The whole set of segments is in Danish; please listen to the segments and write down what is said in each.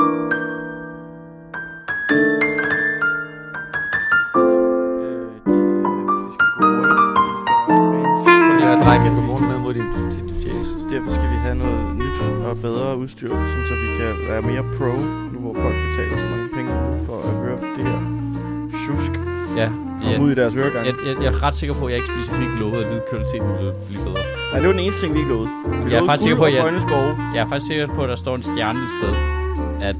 Øh, Jeg har drejet mikrofonen ned mod din, din jazz. Derfor skal vi have noget nyt og bedre udstyr, sådan så vi kan være mere pro, nu hvor folk betaler så mange penge for at høre det her sjusk Ja, komme jeg, ud i deres øregang. jeg, jeg, jeg er ret sikker på, at jeg ikke specifikt lovede, at lydkvaliteten ville blive bedre. Nej, det var den eneste ting, vi ikke lovede. Vi er lovede guld faktisk sikker på, og at jeg- grønne skove. Jeg er faktisk sikker på, at der står en stjerne et sted, at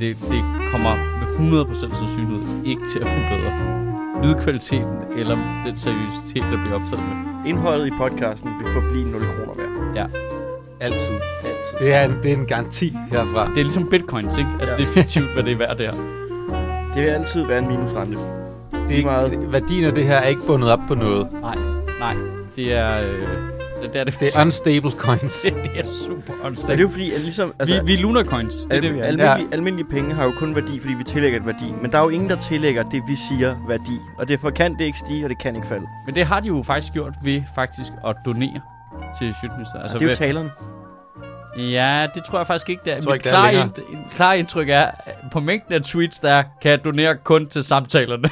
det, det kommer med 100% sandsynlighed ikke til at forbedre lydkvaliteten eller den seriøsitet, der bliver optaget med. Indholdet i podcasten vil forblive 0 kroner værd. Altid. Altid. Det er en, det er en garanti herfra. Det er ligesom bitcoins, ikke? Altså, Ja. ja. det er fiktivt, hvad det er værd, det her. Det vil altid være en minusrente. Det er ikke, meget. værdien af det her er ikke bundet op på noget. Nej, nej. Det er... Øh, det, det er det Det faktisk. er unstable coins. Det, det er super Men det er åndsstat. jo fordi, at ligesom... Vi, vi er lunar coins. Det er det, vi er. almindelige, almindelige penge har jo kun værdi, fordi vi tillægger et værdi. Men der er jo ingen, der tillægger det, vi siger værdi. Og derfor kan det ikke stige, og det kan ikke falde. Men det har de jo faktisk gjort ved faktisk at donere til Sjøtministeriet. Altså, det er jo ved- taleren. Ja, det tror jeg faktisk ikke, det er. tror Mit ikke, det er klare, længere. ind, en klare indtryk er, at på mængden af tweets, der er, kan jeg donere kun til samtalerne.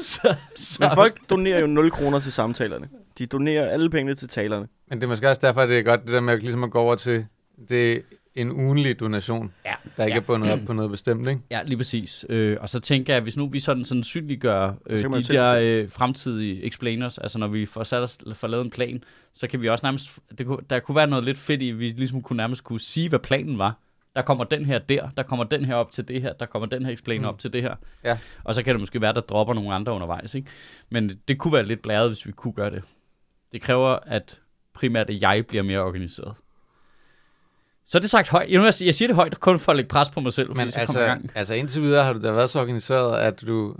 så, så, Men folk donerer jo 0 kroner til samtalerne. De donerer alle pengene til talerne. Men det er måske også derfor, at det er godt, det der med at ligesom at gå over til det er en ugenlig donation, Ja, der ikke ja. er bundet op på noget bestemt, ikke? Ja, lige præcis. Øh, og så tænker jeg, at hvis nu vi sådan sandsynliggør øh, Så kan man de selv der øh, fremtidige explainers, altså når vi får, sat os, får lavet en plan, så kan vi også nærmest, det kunne, der kunne være noget lidt fedt i, at vi ligesom kunne nærmest kunne sige, hvad planen var. Der kommer den her der, der kommer den her op til det her, der kommer den her explainer mm. op til det her. Ja. Og så kan det måske være, der dropper nogle andre undervejs, ikke? Men det kunne være lidt blæret, hvis vi kunne gøre det. Det kræver, at primært at jeg bliver mere organiseret. Så er det sagt højt. Jeg, jeg siger det højt kun for at lægge pres på mig selv. fordi Men så kommer jeg i altså, gang. altså indtil videre har du da været så organiseret, at du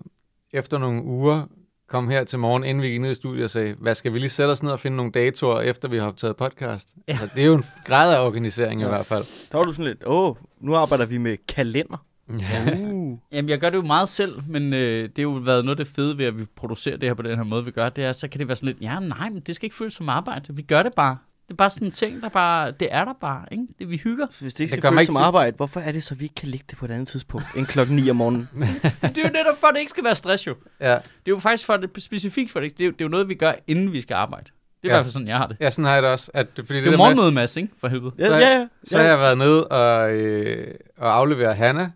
efter nogle uger kom her til morgen, inden vi gik ned i studiet og sagde, hvad skal vi lige sætte os ned og finde nogle datoer, efter vi har optaget podcast? Ja. Altså, det er jo en grad af organisering ja. i hvert fald. Der var du sådan lidt, åh, nu arbejder vi med kalender. Ja. Uh. Jamen, jeg gør det jo meget selv, men øh, det har jo været noget af det fede ved, at vi producerer det her på den her måde, vi gør. Det er, så kan det være sådan lidt, ja, nej, men det skal ikke føles som arbejde. Vi gør det bare. Det er bare sådan en ting, der bare, det er der bare, ikke? Det, vi hygger. Så hvis det ikke Det skal gør mig føles ikke som til- arbejde, hvorfor er det så, vi ikke kan lægge det på et andet tidspunkt end klokken 9 om morgenen? Men det er jo netop for, at det ikke skal være stress, jo. ja. Det er jo faktisk for det, specifikt for det, ikke? det er, jo- det er jo noget, vi gør, inden vi skal arbejde. Det er ja. Ja. i hvert fald sådan, jeg har det. ja, sådan har jeg det også. At, fordi det Det er der jo med- morgenmøde, Mads, ikke? For helvede. Ja, Så- ja, Så har ja. jeg været nede og, øh, og aflevere Hanna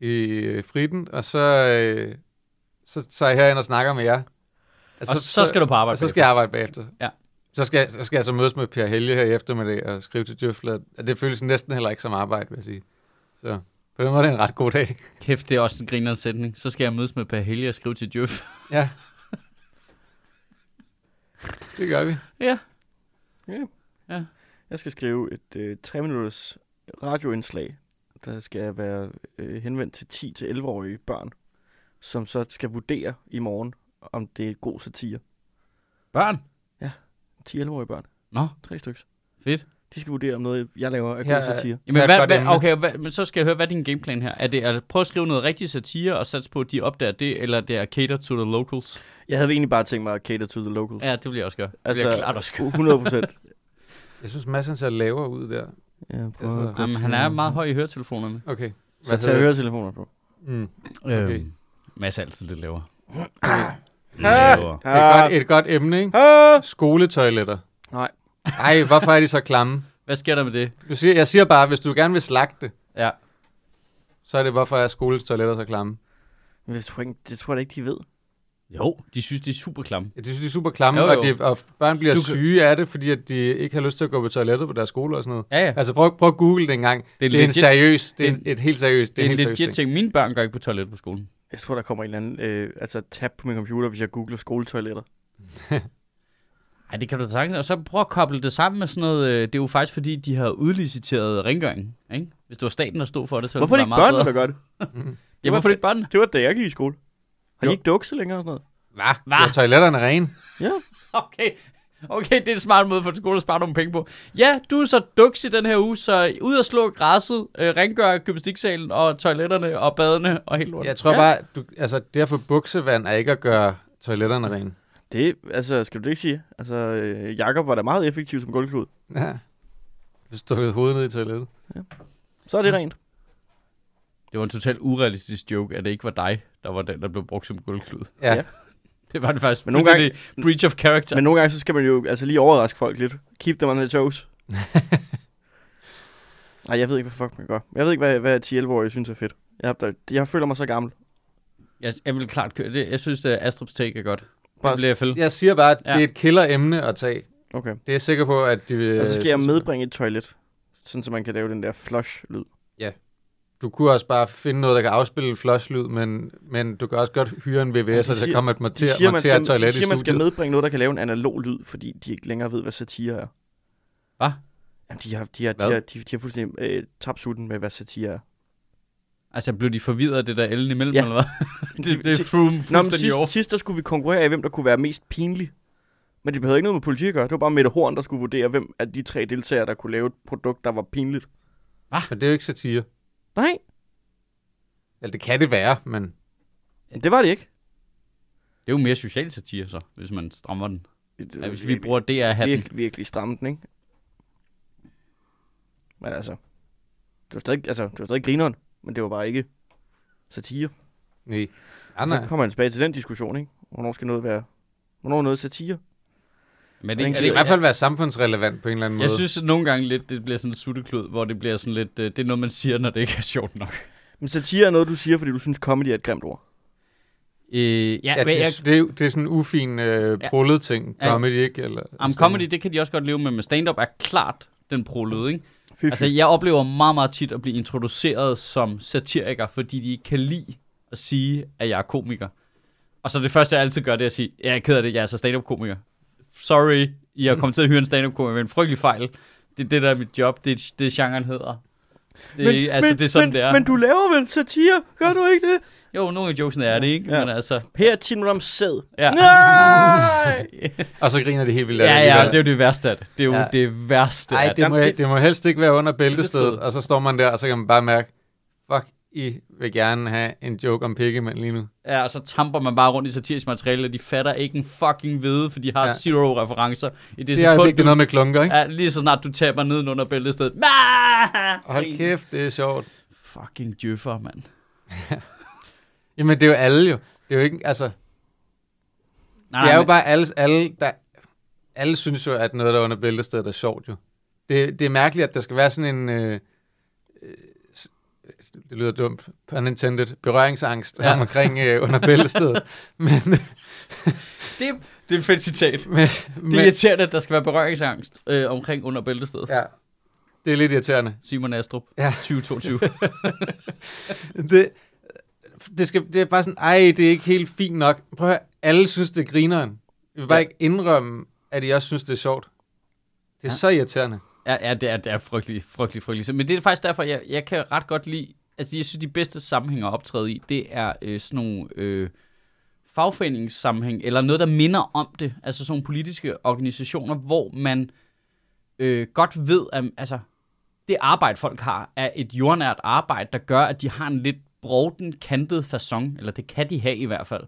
i øh, friden, og så, øh, så tager jeg herind og snakker med jer. Og så, så skal du på arbejde. og så skal jeg arbejde bagefter. Ja. Så skal, jeg- så skal jeg så mødes med Per Helge her i eftermiddag og skrive til Djøfler. Det føles næsten heller ikke som arbejde, vil jeg sige. Så på den måde er det en ret god dag. Kæft, det er også en grinerende sætning. Så skal jeg mødes med Per Helge og skrive til Djøf. Ja. Det gør vi. Ja. Jeg skal skrive et øh, 3 minutters radioindslag, der skal være øh, henvendt til 10-11-årige børn, som så skal vurdere i morgen, om det er god satire. Børn. 10-11-årige børn. Nå, Tre stykker. fedt. De skal vurdere, om noget, jeg laver, er Her god er- satire. Hvad Jamen, er hvad, et godt hvad, emne? okay, hvad, men så skal jeg høre, hvad er din gameplan her? Er det at prøve at skrive noget rigtig satire og satse på, at de opdager det, eller det er cater to the locals? Jeg havde egentlig bare tænkt mig at cater to the locals. Ja, det vil jeg også gøre. Altså, det vil jeg altså, klart også gøre. 100 procent. Jeg synes, Mads ser lavere ud der. ja, prøv Altså, at gå Jamen, til- han er meget høj i høretelefonerne. Okay. Så tag høretelefoner på. Mm. Okay. Okay. Øhm, Mads er altid lidt lavere. Ah! lavere. Et, godt, et godt emne, ikke? Øh! Ah! Skoletoiletter. Nej. Nej, hvorfor er de så klamme? Hvad sker der med det? Du siger, jeg siger bare, hvis du gerne vil slagte, Ja. så er det, hvorfor er skoletoiletter så klamme? Men jeg tror ikke, det tror jeg da ikke, de ved. Jo, de synes, det er super klamme. Ja, de synes, de er super klamme, Jo, jo, jo. jo. Og, de, og børn bliver Du du kan- syge af det, fordi at de ikke har lyst til at gå på toilettet på deres skole og sådan noget. Ja, ja. Altså prøv, prøv at google det engang. Det er, det er en legit- seriøs, det er det en, et helt seriøst, Det er en helt seriøs legit ting. ting. Mine børn går ikke på toilettet på skolen. Jeg tror, der kommer en eller anden øh, altså, tab på min computer, hvis jeg googler skoletoiletter. Nej, det kan du da sagtens. Og så prøv at koble det sammen med sådan noget. øh, Det er jo faktisk, fordi de har udliciteret rengøring. Ikke? Hvis det var staten, der stod for det, så Hvorfor er det ville ikke være meget børnene, bedre. der gør det? Ja, hvorfor er det ikke børnene? Det var da jeg gik i skole. Har de Jo. ikke dukse længere og sådan noget? Hvad? Hva? Er toiletterne rene? Ja. Okay. Okay, det er en smart måde for en skole at spare nogle penge på. Ja, du er så duks i den her uge, så ud og slå græsset, øh, rengør gymnastiksalen og toiletterne og badene og helt lortet. Jeg tror Ja. ja. bare, du, altså det at få buksevand er ikke at gøre toiletterne rene. Det, altså, skal du det ikke sige? Altså, øh, Jakob var da meget effektiv som gulvklud. Ja. Stukket hovedet ned i toilettet. Så er det rent. Det var en totalt urealistisk joke, at det ikke var dig, der var den, der blev brugt som guldklud. Ja. Ja. ja. Det var det faktisk. Men nogle gange- fuldstændig breach of character. Men nogle gange, så skal man jo altså lige overraske folk lidt. Keep them on their toes. Nej, jeg ved ikke, hvad fuck man gør. Jeg ved ikke, hvad, hvad 10-11-årige synes er fedt. Jeg, er- jeg føler mig så gammel. Jeg, jeg vil klart køre det. Jeg synes, at Astrups take er godt. Bare- Bare det bliver jeg fælde. Jeg siger bare, at Ja. ja. det er et killer-emne at tage. Okay. Det er Øh, jeg sikker på, at de vil... Og så skal jeg medbringe et toilet, sådan så man kan lave den der flush-lyd. Du kunne også bare finde noget, der kan afspille flush-lyd, men, men du kan også godt hyre en VVS'er, de der siger- kommer et De monter, siger, man montere skal, de toilet i siger, man skal studiet. medbringe noget, der kan lave en analog lyd, fordi de ikke længere ved, hvad satire er. Hvad? Jamen, de har, de har, de Hvad? har, de, de har fuldstændig øh, tabt sutten med, hvad satire er. Altså, blev de forvirret af det der ellen imellem, Ja. ja. eller hvad? det, det Si- er through Nå, men fuldstændig over. sidst, sidst der skulle vi konkurrere i, hvem der kunne være mest pinlig. Men det behøvede ikke noget med politik at gøre. Det var bare Mette Horn, der skulle vurdere, hvem af de tre deltagere, der kunne lave et produkt, der var pinligt. Men det er jo ikke satire. Nej, Eller det kan det være, men det var det ikke. Det er jo mere social satire, så, hvis man strammer den. Det, Ja, hvis vi bruger DR-hatten. virkelig, virkelig stramme den, ikke? Men altså, det var stadig, altså, det var stadig grineren, men det var bare ikke satire. nej. Ja, Ah, så nej. kommer han tilbage til den diskussion, ikke? Hvornår skal noget være... Hvornår er noget satire? Men er Hvordan det, er Det det, kan i hvert fald jeg, være samfundsrelevant på en eller anden jeg måde. synes at nogle gange lidt, det bliver sådan en sutteklud, hvor det bliver sådan lidt, øh, det er noget, man siger, når det ikke er sjovt nok. Men satire er noget, du siger, fordi du synes, comedy er et grimt ord. Øh, ja, ja, men det, jeg, det, er, jo- det er sådan en ufin øh, Ja. brullet ting. Ja. Comedy, ikke? Eller, Am sådan- comedy, det kan de også godt leve med, men stand-up er klart den prolød, ikke? Fy, fy. Altså, jeg oplever meget, meget tit at blive introduceret som satiriker, fordi de ikke kan lide at sige, at jeg er komiker. Og så det første, jeg altid gør, det er at sige, ja, jeg er ked af det, jeg er så stand-up-komiker. Sorry, I har kommet til at hyre en stand-up-komiker med en frygtelig fejl. Det er det, der er mit job, det er det, genren hedder. Det, men, altså, det er sådan, men, det er. Men du laver vel satire? Gør du ikke det? Jo, nogle af jokesene er det, ikke? Ja. Ja. Men altså, Her er 10 minutter om sæd. ja. Nej! Og så griner det helt vildt. af Ja, det, ja, alligevel. det er jo det værste af det. Det er jo Ja. ja. det værste Ej, af det. det må, Jamen, det- det må helst ikke være under bæltestedet, Bæltestedet. og så står man der, og så kan man bare mærke, fuck, I vil gerne have en joke om pikkemand lige nu. Ja, og så tamper man bare rundt i satirisk materiale, og de fatter ikke en fucking ved, for de har Ja. ja. zero referencer. I det, Det er jo sekund, ikke du noget med klunker, ikke? Ja, lige så snart du taber ned under bæltestedet. Hold kæft, det er sjovt. Fucking djøffer, mand. Jamen, det er jo alle jo. Det er jo ikke, altså, Nej, det er jo Ah, men- bare alle, alle, der, alle synes jo, at noget, der er under bæltestedet, er sjovt jo. Det, det er mærkeligt, at der skal være sådan en, øh, øh, s- det lyder dumt, pun intended, berøringsangst ja. Ja. omkring øh, under bæltestedet. men, det, det er et fedt citat. Det men, er men, irriterende, at der skal være berøringsangst øh, omkring under bæltestedet. Ja. ja, det er lidt irriterende. Simon Astrup, Ja. 2022. det, det, skal, det er bare sådan, ej, det er ikke helt fint nok. Prøv at høre, alle synes, det er grineren. Jeg vil bare Ja. ja. ikke indrømme, at I også synes, det er sjovt. Det er ja. Ja. så irriterende. ja, ja, det er, det er frygtelig, frygtelig, frygtelig. Men det er faktisk derfor, jeg, jeg kan ret godt lide, altså jeg synes, de bedste sammenhænger at optræde i, det er øh, sådan nogle... Øh, fagforeningssammenhæng, eller noget, der minder om det, altså sådan nogle politiske organisationer, hvor man øh, godt ved, at altså, det arbejde, folk har, er et jordnært arbejde, der gør, at de har en lidt broden, kantet façon, eller det kan de have i hvert fald,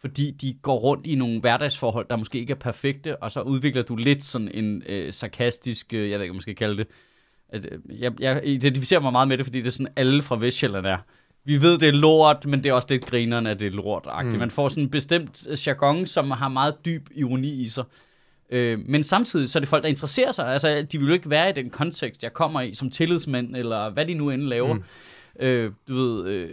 fordi de går rundt i nogle hverdagsforhold, der måske ikke er perfekte, og så udvikler du lidt sådan en øh, sarkastisk, øh, jeg ved ikke, om man skal kalde det, at, øh, jeg, jeg identificerer mig meget med det, fordi det er sådan, alle fra Vestjylland er. Vi ved, det er lort, men det er også lidt grineren, at det er lort mm. Man får sådan en bestemt øh, jargon, som har meget dyb ironi i sig. Øh, men samtidig så er det folk, der interesserer sig. Altså, de vil jo ikke være i den kontekst, jeg kommer i som tillidsmand, eller hvad de nu end laver. Mm. Øh, du ved, øh,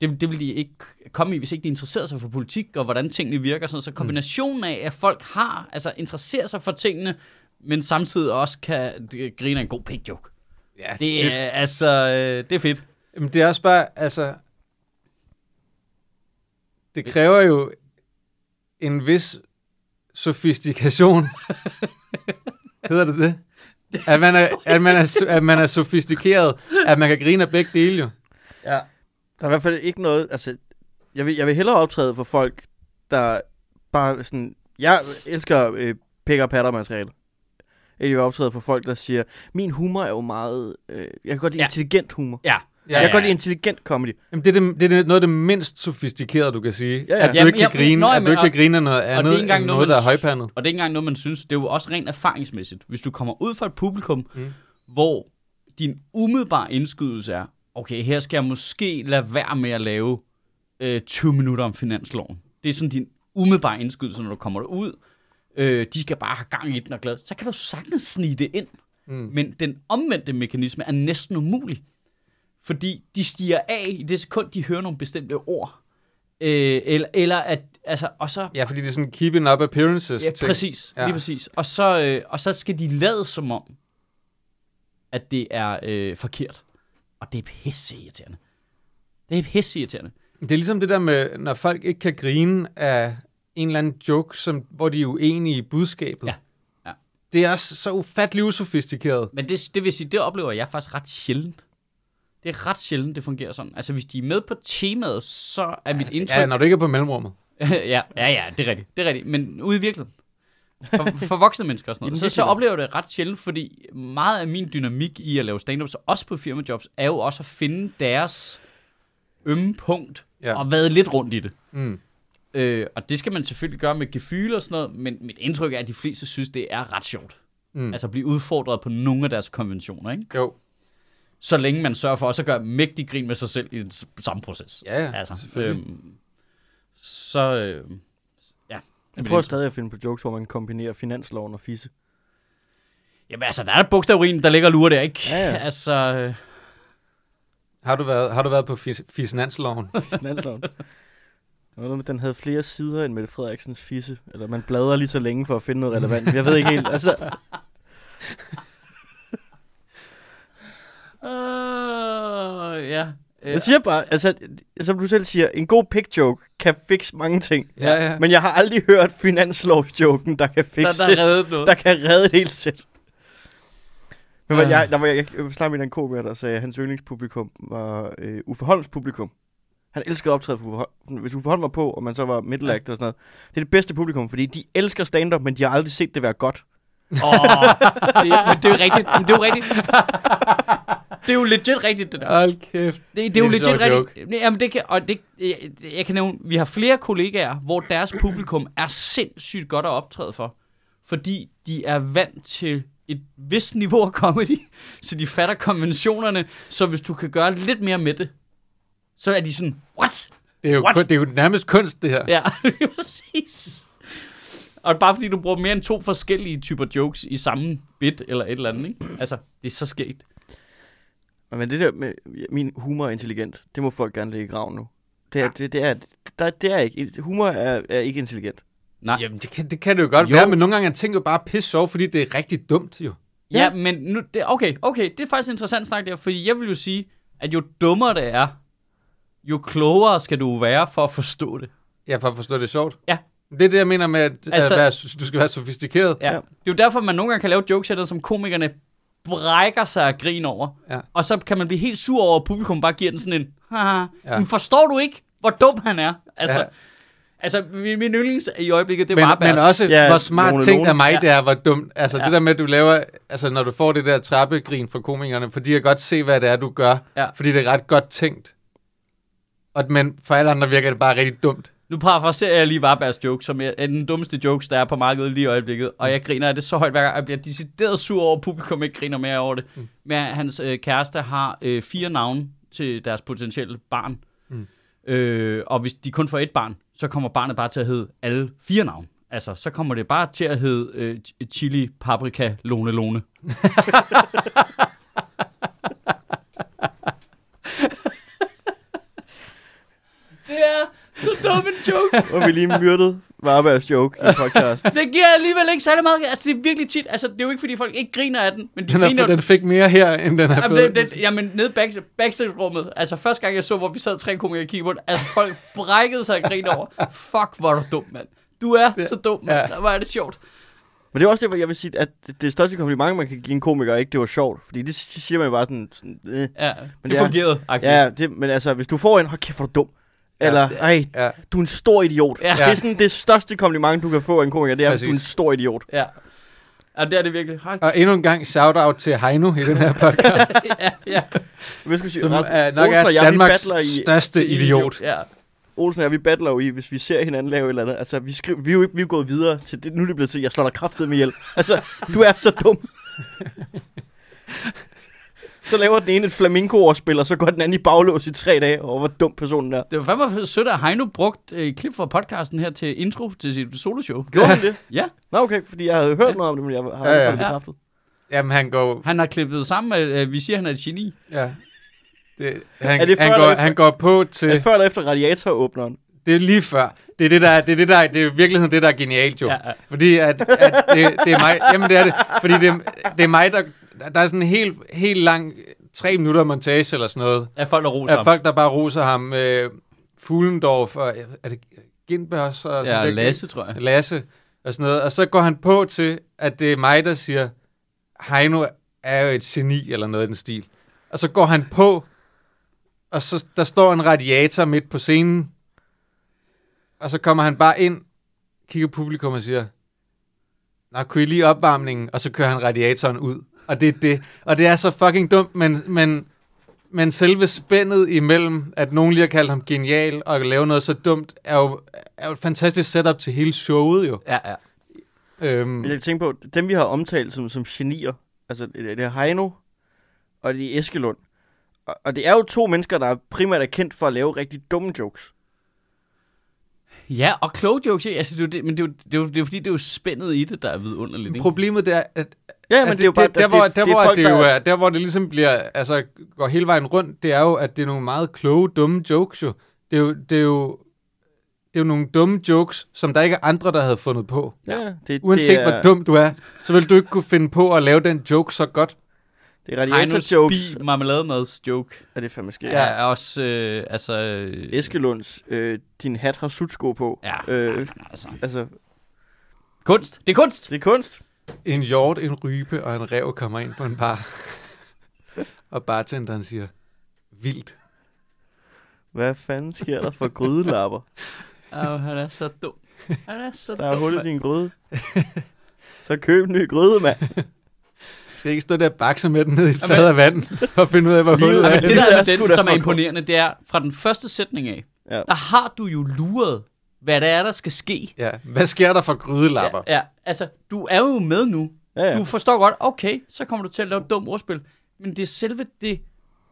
det, det vil de ikke komme i, hvis ikke de interesserer sig for politik, og hvordan tingene virker. Sådan. Så kombinationen af, at folk har, altså interesserer sig for tingene, men samtidig også kan øh, grine af en god pig joke. Ja, Det er, altså, øh, det er fedt. Jamen, det er også bare, altså... Det kræver jo en vis sofistikation. Hedder det det? At man, er, at, man er, at man er sofistikeret, at man kan grine af begge dele jo. Ja. Der er i hvert fald ikke noget, altså, jeg vil, jeg vil hellere optræde for folk, der bare sådan, jeg elsker øh, pick og patter materiale. Jeg vil optræde for folk, der siger, min humor er jo meget, øh, jeg kan godt lide Ja. intelligent humor. Ja. Ja, jeg kan godt lide intelligent comedy. Jamen, det er, det, det er noget af det mindst sofistikerede, du kan sige. Ja, ja. Ja, ja. At du Jamen, ikke kan jeg- grine, nå, at du jamen, ikke kan grine af noget er andet ikke engang end noget, noget, der man er højpandet. Og det er ikke engang noget, man synes. Det er jo også rent erfaringsmæssigt. Hvis du kommer ud fra et publikum, Mm. mm. hvor din umiddelbare indskydelse er, okay, her skal jeg måske lade være med at lave øh, 20 minutter om finansloven. Det er sådan din umiddelbare indskydelse, når du kommer derud. Øh, de skal bare have gang i den og glæde. Så kan du sagtens snige det ind. Mm. Men den omvendte mekanisme er næsten umulig. Fordi de stiger af i det sekund, de hører nogle bestemte ord. Øh, eller, eller at, altså, og så Ja, fordi det er sådan keeping up appearances Ja, ting. præcis. Altså Ja. Ja. Lige præcis. Og så, øh, og så skal de lade som om, at det er øh, forkert. Og det er pisseirriterende. Det er pisseirriterende. Det er ligesom det der med, når folk ikke kan grine af en eller anden joke, som, hvor de er uenige i budskabet. Ja. Ja. Det er også så ufattelig usofistikeret. Men det, det vil sige, det oplever jeg faktisk ret sjældent. Det er ret sjældent, det fungerer sådan. Altså, hvis de er med på temaet, så er mit indtryk... Ja, når du ikke er på mellemrummet. ja, ja, ja, det er rigtigt. Det er rigtigt. Men ude i virkeligheden. For, for voksne mennesker og sådan I den noget. Så, så virkelige oplever jeg det ret sjældent, fordi meget af min dynamik i at lave stand-up, så også på firmajobs, er jo også at finde deres ømme punkt ja. Ja. og vade lidt rundt i det. Mm. Øh, og det skal man selvfølgelig gøre med gefyle og sådan noget, men mit indtryk er, at de fleste synes, det er ret sjovt. Mm. Mm. Altså at blive udfordret på nogle af deres konventioner, ikke? Jo. Så længe man sørger for også at gøre mægtig grin med sig selv i den s- samme proces. Ja, ja, altså, selvfølgelig. øhm, så, øh, ja. Jeg prøver stadig at finde på jokes, hvor man kombinerer finansloven og fisse. Jamen altså, der er da bogstavrien, der ligger og lurer der, ikke? Ja, ja. Altså, øh, Har du været, har du været på fis- finansloven? Finansloven. Noget med, den havde flere sider end Mette Frederiksens fisse. Eller man bladrer lige så længe for at finde noget relevant. Jeg ved ikke helt. Altså, øh, ja. Øh, jeg siger bare, altså, som du selv siger, en god pick joke kan fikse mange ting. ja, ja. Men jeg har aldrig hørt finanslovsjoken, der kan der, fikse der er reddet noget. der kan redde et helt sæt. Men Ja. ja. jeg, der var jeg, jeg, jeg snakkede med en komiker, der sagde, at hans yndlingspublikum var øh, Uffe Holms publikum. Han elskede optræde for Uffe Holm. Hvis Uffe Holm var på, og man så var middle act og sådan noget. Det er det bedste publikum, fordi de elsker stand-up, men de har aldrig set det være godt. Åh, det, men det er jo rigtigt. Men det er jo rigtigt. Det er jo legit rigtigt, det der. Hold kæft. Det, det er en jo sjov legit joke. rigtigt. Nej, Jamen, det kan, og det, jeg, jeg kan nævne, vi har flere kollegaer, hvor deres publikum er sindssygt godt at optræde for. Fordi de er vant til et vist niveau af comedy, så de fatter konventionerne. Så hvis du kan gøre lidt mere med det, så er de sådan, what? Det er, jo What? kun, det er jo nærmest kunst, det her. Ja, lige præcis. Og bare fordi du bruger mere end to forskellige typer jokes i samme bit eller et eller andet, ikke? Altså, det er så sket. Men det der med min humor er intelligent, det må folk gerne lægge i graven nu. Det er, det, det er, der, det er ikke. Humor er, er ikke intelligent. Nej. Jamen, det kan, det kan det jo godt Jo. jo. være, men nogle gange er ting jo bare pisse sjov, fordi det er rigtig dumt, jo. Ja, Ja. men nu, det, okay, okay, det er faktisk interessant snak der, fordi jeg vil jo sige, at jo dummere det er, jo klogere skal du være for at forstå det. Ja, for at forstå det er sjovt. Ja. Det er det, jeg mener med, at, Altså- altså, at være, du skal være sofistikeret. Ja. Ja. Det er jo derfor, man nogle gange kan lave jokes hernede, som komikerne brækker sig af grin over. Ja. Og så kan man blive helt sur over, at publikum bare giver den sådan en, haha, ja. Ja. men forstår du ikke, hvor dum han er? Altså, ja. Ja. altså min, min yndlings i øjeblikket, det var men, men Varbergs. også, Ja, ja, hvor smart Lone tænkt Lone. af mig Ja. ja. det er, hvor dumt. Altså Ja. ja. det der med, at du laver, altså når du får det der trappegrin fra komikerne, fordi jeg godt se, hvad det er, du gør. Ja. Fordi det er ret godt tænkt. Og, men for alle andre virker det bare rigtig dumt. Nu parafraserer jeg lige Varbergs joke, som er er den dummeste jokes, der er på markedet lige i øjeblikket. Og jeg griner af det så højt hver gang, og jeg bliver decideret sur over, at publikum ikke griner mere over det. Mm. Men hans øh, kæreste har øh, fire navne til deres potentielle barn. Mm. Mm. Øh, og hvis de kun får et barn, så kommer barnet bare til at hedde alle fire navne. Altså, så kommer det bare til at hedde øh, ch- Chili, Paprika, Lone, Lone. det er så dum en joke. Og vi lige myrdet Varbergs joke i podcasten. Det giver alligevel ikke særlig meget. Altså, det er virkelig tit. Altså, det er jo ikke, fordi folk ikke griner af den, men de Den, griner... er, den fik mere her, end den har Jamen, fået. det, det, jamen, nede i back, backstage-rummet, altså første gang jeg så, hvor vi sad tre komikere og kiggede på den, altså folk brækkede sig og grinede over. Fuck, hvor er du dum, mand. Du er så dum, mand. Ja. Hvor er det sjovt. Men det er også det, hvor jeg vil sige, at det, det største kompliment, man kan give en komiker, er ikke, det var sjovt. Fordi det siger man jo bare sådan, sådan øh. Ja, men det det er- fungerede. agtigt. Ja, det, men altså, hvis du får en, hold kæft, hvor er du dum. Eller, ej, Ja. du er en stor idiot. Ja. Ja. Det er sådan det største kompliment, du kan få af en komiker, det er, at du er en Præcis. stor idiot. ja. Ja, det er det virkelig. Hold Og endnu en gang shout-out til Heino i den her podcast, ja, ja. Hvis du sige, som Rasmus, er nok Olsen er og jeg, vi Danmarks battler i, største idiot. Ja. Olsen og jeg, vi battler jo i, hvis vi ser hinanden lave et eller andet. Altså, vi, skriver, vi, er jo ikke, vi er gået videre til det. Nu er det blevet til, jeg slår dig kraftet med hjælp. Altså, du er så dum. Så laver den ene et flamingo-overspil, og så går den anden i baglås i tre dage over, hvor dum personen er. Det var fandme sødt, at Heino brugt øh, klip fra podcasten her til intro til sit soloshow. Gjorde han det? Ja, Nå, okay, fordi jeg havde hørt noget om det, men jeg har ikke Ja, ja. fået det bekræftet. Jamen, han går... han har klippet sammen med, øh, vi siger, han er et geni. Ja. Det, han, Er det før han, eller går, efter? han går på Er det til... før eller efter radiatoråbneren? Det er lige før. Det er, det, der, er- det, er det, der, er- det er i virkeligheden det, der er genialt, jo. Ja, ja. Fordi at, at det, det, er mig... Jamen, det er det. Fordi det, det er mig, der... Der er sådan en helt, helt lang tre minutter montage eller sådan noget. Af folk, der roser Af ham. folk, der bare roser ham. Øh, Fuglendorf og... Er det Gindberg og sådan Ja, det- Lasse, tror jeg. Lasse og sådan noget. Og så går han på til, at det er mig, der siger, Heino er jo et geni eller noget i den stil. Og så går han på, og så der står en radiator midt på scenen. Og så kommer han bare ind, kigger publikum og siger, Nå, kunne I lige opvarmningen? Og så kører han radiatoren ud. Og det er det. Og det er så fucking dumt, men, men, men selve spændet imellem, at nogen lige har kaldt ham genial, og at lave noget så dumt, er jo, er jo et fantastisk setup til hele showet jo. Ja, ja. Øhm, Men jeg tænker på, dem vi har omtalt som, som genier, altså det det er Heino, og det er Eskelund. Og, og det er jo to mennesker, der primært er kendt for at lave rigtig dumme jokes. Ja, og kloge jokes, ikke? altså, det er jo det, men det er, jo, det, er jo, det er jo fordi, det er jo spændet i det, der er vidunderligt. Ikke? problemet det er, at Ja, men det, at det er jo bare... der, hvor, det, der, hvor folk, det jo der- er, der hvor det ligesom bliver, altså går hele vejen rundt, det er jo, at det er nogle meget kloge, dumme jokes jo. Det er jo, det er jo, det er jo nogle dumme jokes, som der ikke er andre, der havde fundet på. Ja, det, Uanset det er, hvor dum du er, så vil du ikke kunne finde på at lave den joke så godt. Det er Heinos radiator jokes, bi marmelademads joke. er det fandme sker. Ja. Ja. Er også, øh, altså... øh, Eskelunds, øh, din hat har sutsko på. Ja, Øh, altså. altså, Kunst. Det er kunst. det er kunst. En hjort, en rype og en rev kommer ind på en bar. og bartenderen siger, vildt. Hvad fanden sker der for grydelapper? Oh, han er så dum. Han er så Der er dum. hul i mand. din gryde. Så køb en ny gryde, mand. Skal ikke stå der og bakse med den ned i et fad af vand, for at finde ud af, hvor Livet hullet er er. Men Det det, der lyder er sgu med da den, som er for imponerende, det er, fra den første sætning af, Ja. ja. der har du jo luret, hvad det er, der skal ske. Ja, hvad sker der for grydelapper? Ja, ja, altså, du er jo med nu. Ja, ja. Du forstår godt, okay, så kommer du til at lave et dumt ordspil. Men det er selve det,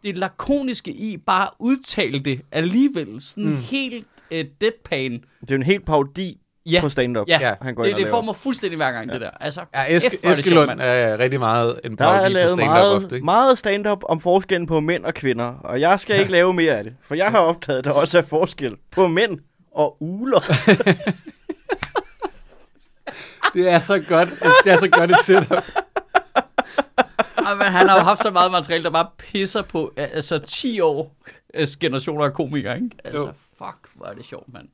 det lakoniske i bare at udtale det alligevel. Sådan mm. helt øh, deadpan. Det er jo en helt parodi Ja, på stand-up. ja. Ja, han går det, ind og det laver. får mig fuldstændig hver gang, ja. det der. Altså, Ja, Esk- F, hvor er det sjovt, Eskelund mand. er rigtig meget en Der er parodi på lavet stand-up meget, ofte, ikke? meget stand-up om forskellen på mænd og kvinder, og jeg skal ikke lave mere af det, for jeg har optaget, at der også er forskel på mænd og uler. Det er så godt, det er så godt et setup. Ej, men han har jo haft så meget materiale, der bare pisser på øh, altså 10 år øh, generationer af komikere, ikke? Altså, Jo. fuck, hvor er det sjovt, mand.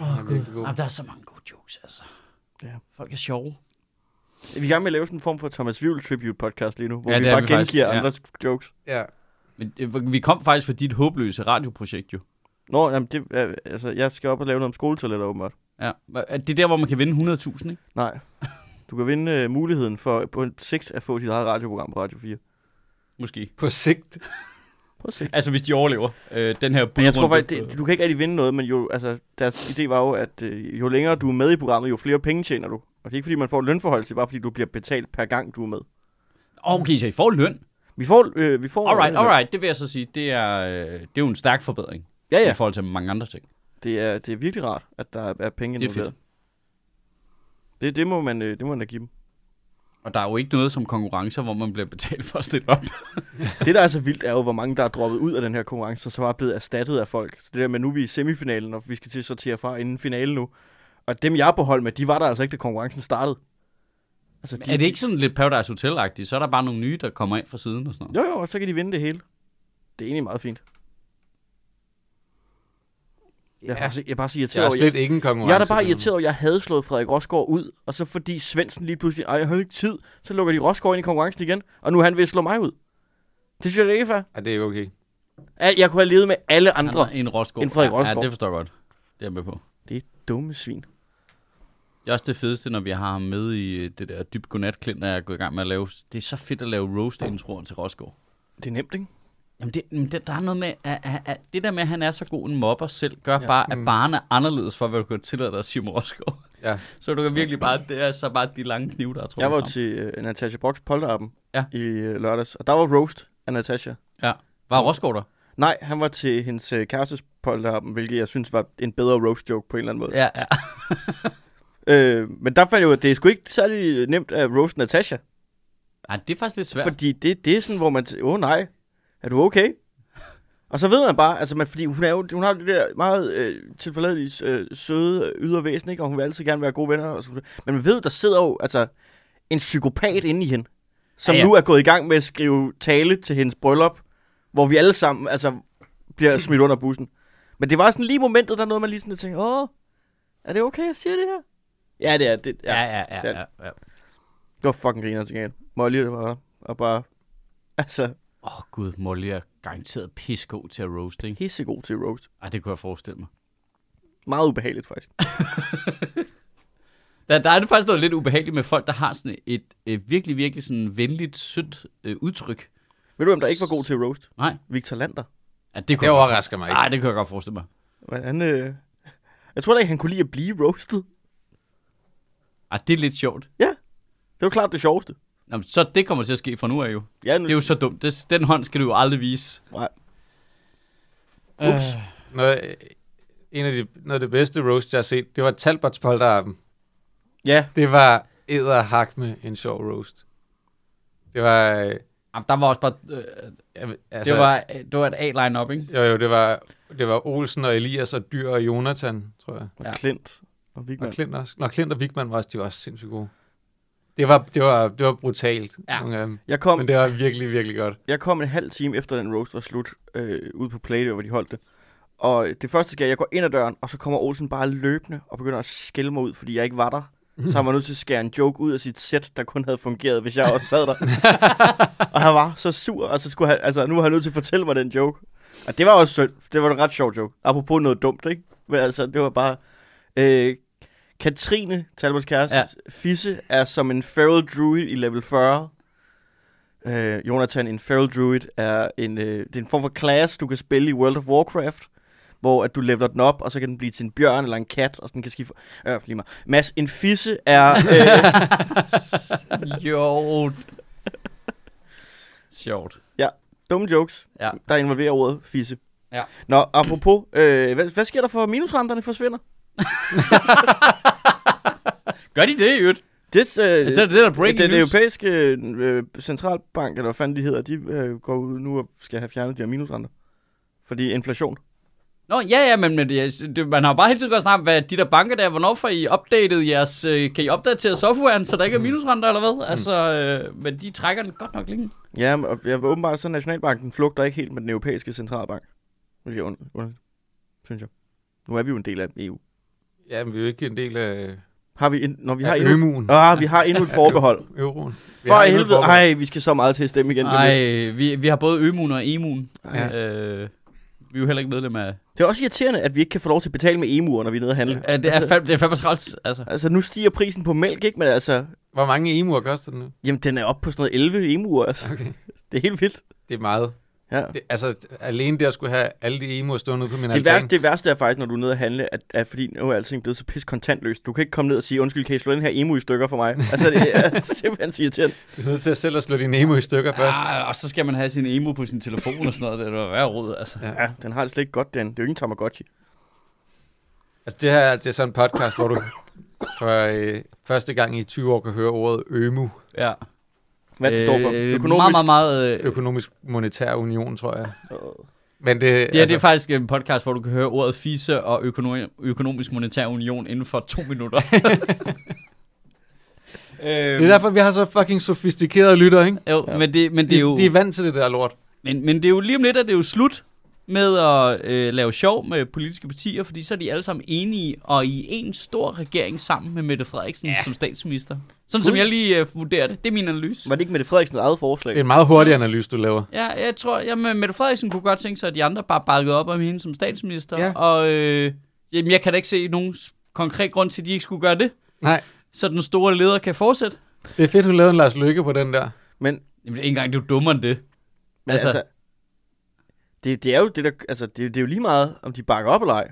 Åh, oh, Jamen, der er så mange gode jokes, altså. Ja. Folk er sjove. vi er i gang med at lave sådan en form for Thomas Vivl tribute podcast lige nu, hvor Ja, ja, vi det er bare vi faktisk, gengiver ja. andres jokes. Ja. Men øh, vi kom faktisk fra dit håbløse radioprojekt, jo. Nå, jamen det, er- altså, jeg skal op og lave noget om skoletoiletter åbenbart. Ja. Er Det er der, hvor man kan vinde 100.000, ikke? Nej. Du kan vinde øh, muligheden for på en sigt at få dit eget radioprogram på Radio 4. Måske. På sigt. På sigt. Altså, hvis de overlever øh, den her Men jeg tror budrunde faktisk, det, på- det- du kan ikke rigtig vinde noget, men jo, altså, deres idé var jo, at øh, jo længere du er med i programmet, jo flere penge tjener du. Og det er ikke fordi, man får lønforhold til, bare fordi du bliver betalt per gang, du er med. Okay, så I får løn. Vi får... Øh, vi får Alright, alright. Det vil jeg så sige, det er, øh, det er jo en stærk forbedring Ja, ja. i ja. forhold til mange andre ting. Det er, det er virkelig rart, at der er, er penge Det er fedt. involveret. Det, det, må man, øh, det må man da give dem. Og der er jo ikke noget som konkurrencer, hvor man bliver betalt for at stille op. Det, der er så vildt, er jo, hvor mange, der er droppet ud af den her konkurrence, og så bare er blevet erstattet af folk. Så det der med, nu er vi i semifinalen, og vi skal til at sortere fra inden finalen nu. Og dem, jeg er på hold med, de var der altså ikke, da konkurrencen startede. Altså, Men er det ikke sådan lidt Paradise Hotel-agtigt? Så er der bare nogle nye, der kommer ind fra siden og sådan noget. Jo, jo, og så kan de vinde det hele. Det er egentlig meget fint. Jeg er, Ja. bare, så- jeg er bare så Jeg er irriteret over, jeg, slet ikke en konkurrence. jeg er da bare irriteret over, at jeg havde slået Frederik Rosgaard ud, og så fordi Svendsen lige pludselig, ej, jeg havde ikke tid, så lukker de Rosgaard ind i konkurrencen igen, og nu er han ved at slå mig ud. Det synes jeg da ikke er fair. Ja, det er jo okay. Al- Jeg kunne have levet med alle andre. En Rosgaard. En Frederik Ja, Rosgaard. Ja, det forstår jeg godt. Det er jeg med på. Det er dumme svin. Det er også det fedeste, når vi har ham med i øh, det der dybt godnat når jeg er gået i gang med at lave. Det er så fedt at lave roast-introer til Rosgaard. Det er nemt, ikke? Jamen, det, men det, der er noget med, at, at, at, det der med, at han er så god en mobber selv, gør Ja. ja. bare, at barnet er anderledes for, hvad du kan tillade dig at sige om Rosgaard. Ja. Så du kan virkelig bare, det er så bare de lange knive, der er trukket Jeg var jo frem. til øh, Natasha Brox polterappen, Ja. i øh, lørdags. Og der var roast af Natasha. Var Rosgaard der? Nej, han var til hendes øh, kærestes polterappen, hvilket jeg synes var en bedre roast joke på en eller anden måde. Ja, ja. Øh, men der fandt jeg ud af, at det er sgu ikke særlig øh, nemt at roast Natasha. Ej, det er faktisk lidt svært. Fordi det, det er sådan, hvor man siger, åh oh, nej, er du okay? Og så ved man bare, altså man, fordi hun, er jo, hun har jo det der meget øh, tilforladelige, øh, søde øh, ydre væsen, ikke? og hun vil altid gerne være gode venner. Og sådan. Men man ved, der sidder jo altså, en psykopat inde i hende, som Ja, ja, ja. ja. nu er gået i gang med at skrive tale til hendes bryllup, hvor vi alle sammen altså, bliver smidt under bussen. Men det var sådan lige i momentet, der er noget, man lige sådan tænkte, åh, er det okay, jeg siger det her? Ja, det er det. Ja, ja, ja. ja, ja. Det var fucking griner til gengæld. Molly, det var der. Og bare... Altså, Åh oh, gud, Molly er garanteret pissegod til at roaste, ikke? pissegod til roast. Ej, det kunne jeg forestille mig. Meget ubehageligt, faktisk. Der, der er det faktisk noget lidt ubehageligt med folk, der har sådan et øh, virkelig, virkelig sådan venligt, sødt øh, udtryk. Ved du, hvem der ikke var god til roast? Nej, Victor Lander. ja, det, kunne Det jeg godt- overrasker mig ikke. Ej, det kunne jeg godt forestille mig. Men han, øh... Jeg tror da ikke, han kunne lide at blive roastet. Ej, det er lidt sjovt. Det var klart det sjoveste. Nå, men så det kommer til at ske fra nu af jo. Ja, nu... Det er jo så dumt. Det, den hånd skal du jo aldrig vise. Nej. Ups. Øh, Noget, en af de, noget af det bedste roast, jeg har set, det var Talbots polterappen. Ja, Det var æderhak med en sjov roast. Det var... Øh, jamen, der var også bare... Øh, jeg- altså, det, var øh, det var et A-line-up, ikke? Jo, jo, det var, det var Olsen og Elias og Dyr og Jonathan, tror jeg. og Ja. ja. Klint. Og Og Vigman. Klint også. Nå, Klint og Vigman var også, de var også sindssygt gode. Det var, det var, det var brutalt. Ja. Nogle af dem. Jeg kom, Men det var virkelig, virkelig godt. jeg kom en halv time efter den roast var slut, øh, ud på Play, hvor de holdt det. Og det første sker, jeg går ind ad døren, og så kommer Olsen bare løbende og begynder at skælde mig ud, fordi jeg ikke var der. Så han var nødt til at skære en joke ud af sit sæt, der kun havde fungeret, hvis jeg også sad der. og han var så sur, og så skulle han, altså, nu var han nødt til at fortælle mig den joke. Og det var også synd. Det var en ret sjov joke. Apropos noget dumt, ikke? Men altså, det var bare... Øh, Katrine, Talbots kæreste, Ja. ja. fisse er som en feral druid i level 40. Øh, Jonathan, en feral druid, er en, øh, det er en form for class, du kan spille i World of Warcraft, hvor at du leveler den op, og så kan den blive til en bjørn eller en kat, og så den kan skifte... Øh, lige meget. Mads, en fisse er... Øh, jo. Sjovt. dumme jokes, Ja. der involverer ordet fisse. Ja. Nå, apropos, øh, hvad, hvad sker der for at minusrenterne forsvinder? Gør de det, i øvrigt? Det, øh, Så er det det, der er breaking den news. europæiske øh, centralbank, eller hvad fanden de hedder, de øh, går ud nu og skal have fjernet de her minusrenter. Fordi inflation. Nå, ja, ja, men, men det, det, man har jo bare hele tiden gået snart, hvad de der banker der, hvornår får I opdateret jeres, øh, kan I opdatere softwaren, så der ikke er minusrenter eller Mm. hvad? Altså, øh, men de trækker den godt nok længe. Ja, men, og jeg var åbenbart så Nationalbanken flugter ikke helt med den europæiske centralbank. Hvilket er under, under, synes jeg. Nu er vi jo en del af EU. Ja, men vi er jo ikke en del af, Har vi en, når vi har af endnu, ømuen, ah, vi har endnu et forbehold. euroen. øhm. Vi For har i et helvede, forbehold. ej, vi skal så meget til at stemme igen. lige om lidt. Nej, vi, vi har både ømun og emun. Ja. Øh, vi er jo heller ikke medlem af... Det er også irriterende, at vi ikke kan få lov til at betale med emuer, når vi er nede og handle. Ja, det, er altså, fem, det er fandme træls, altså. altså, nu stiger prisen på mælk, ikke? Men altså, Hvor mange emuer koster den nu? jamen, den er oppe på sådan noget 11 emuer, altså. Okay. Det er helt vildt. Det er meget. Ja. Det, altså, alene det at skulle have alle de emuer stående ude på min Det altan. værste, det værste er faktisk, når du er nede og handle, at, at fordi nu er alting blevet så pis kontantløst. Du kan ikke komme ned og sige, undskyld, kan I slå den her emu i stykker for mig? Altså, det er simpelthen så irriterende. Du er nødt til at selv at slå din emu i stykker først. Ah, og så skal man have sin emu på sin telefon og sådan noget. Det er da værre råd, altså. Ja, den har det slet ikke godt, den. Det er jo ingen Tamagotchi. Ah. Altså, det her det er sådan en podcast, hvor du for øh, første gang i 20 år kan høre ordet ØMU. Ja. Hvad det står for. Øh, Økonomisk. Meget, meget, meget... Øh, Økonomisk Monetær Union, tror jeg. Øh, Men det, Det her altså, det er faktisk en podcast, hvor du kan høre ordet FISE og økono- økonomisk monetær union inden for to minutter. øhm, det er derfor, vi har så fucking sofistikerede lytter, ikke? Jo, ja. men, det, men, det De, er jo, de er vant til det der lort. men, men det er jo lige om lidt, at det er jo slut med at øh, lave sjov med politiske partier, fordi så er de alle sammen enige og i en stor regering sammen med Mette Frederiksen ja. som statsminister. Sådan som Gud. jeg lige øh, vurderer det. Det er min analyse. Var det ikke Mette Frederiksens eget forslag? Det er en meget hurtig analyse, du laver. Ja, jeg tror, jamen, Mette Frederiksen kunne godt tænke sig, at de andre bare bakkede op om hende som statsminister. Ja. Og øh, jamen, jeg kan da ikke se nogen s- konkret grund til, at de ikke skulle gøre det, Nej, så den store leder kan fortsætte. det er fedt, du lavede en Lars Lykke på den der. Men, Jamen, det er ikke engang, det er jo dummere end det. men altså, Altså- altså det, det, er jo det, der, altså, det, det er jo lige meget, om de bakker op eller ej.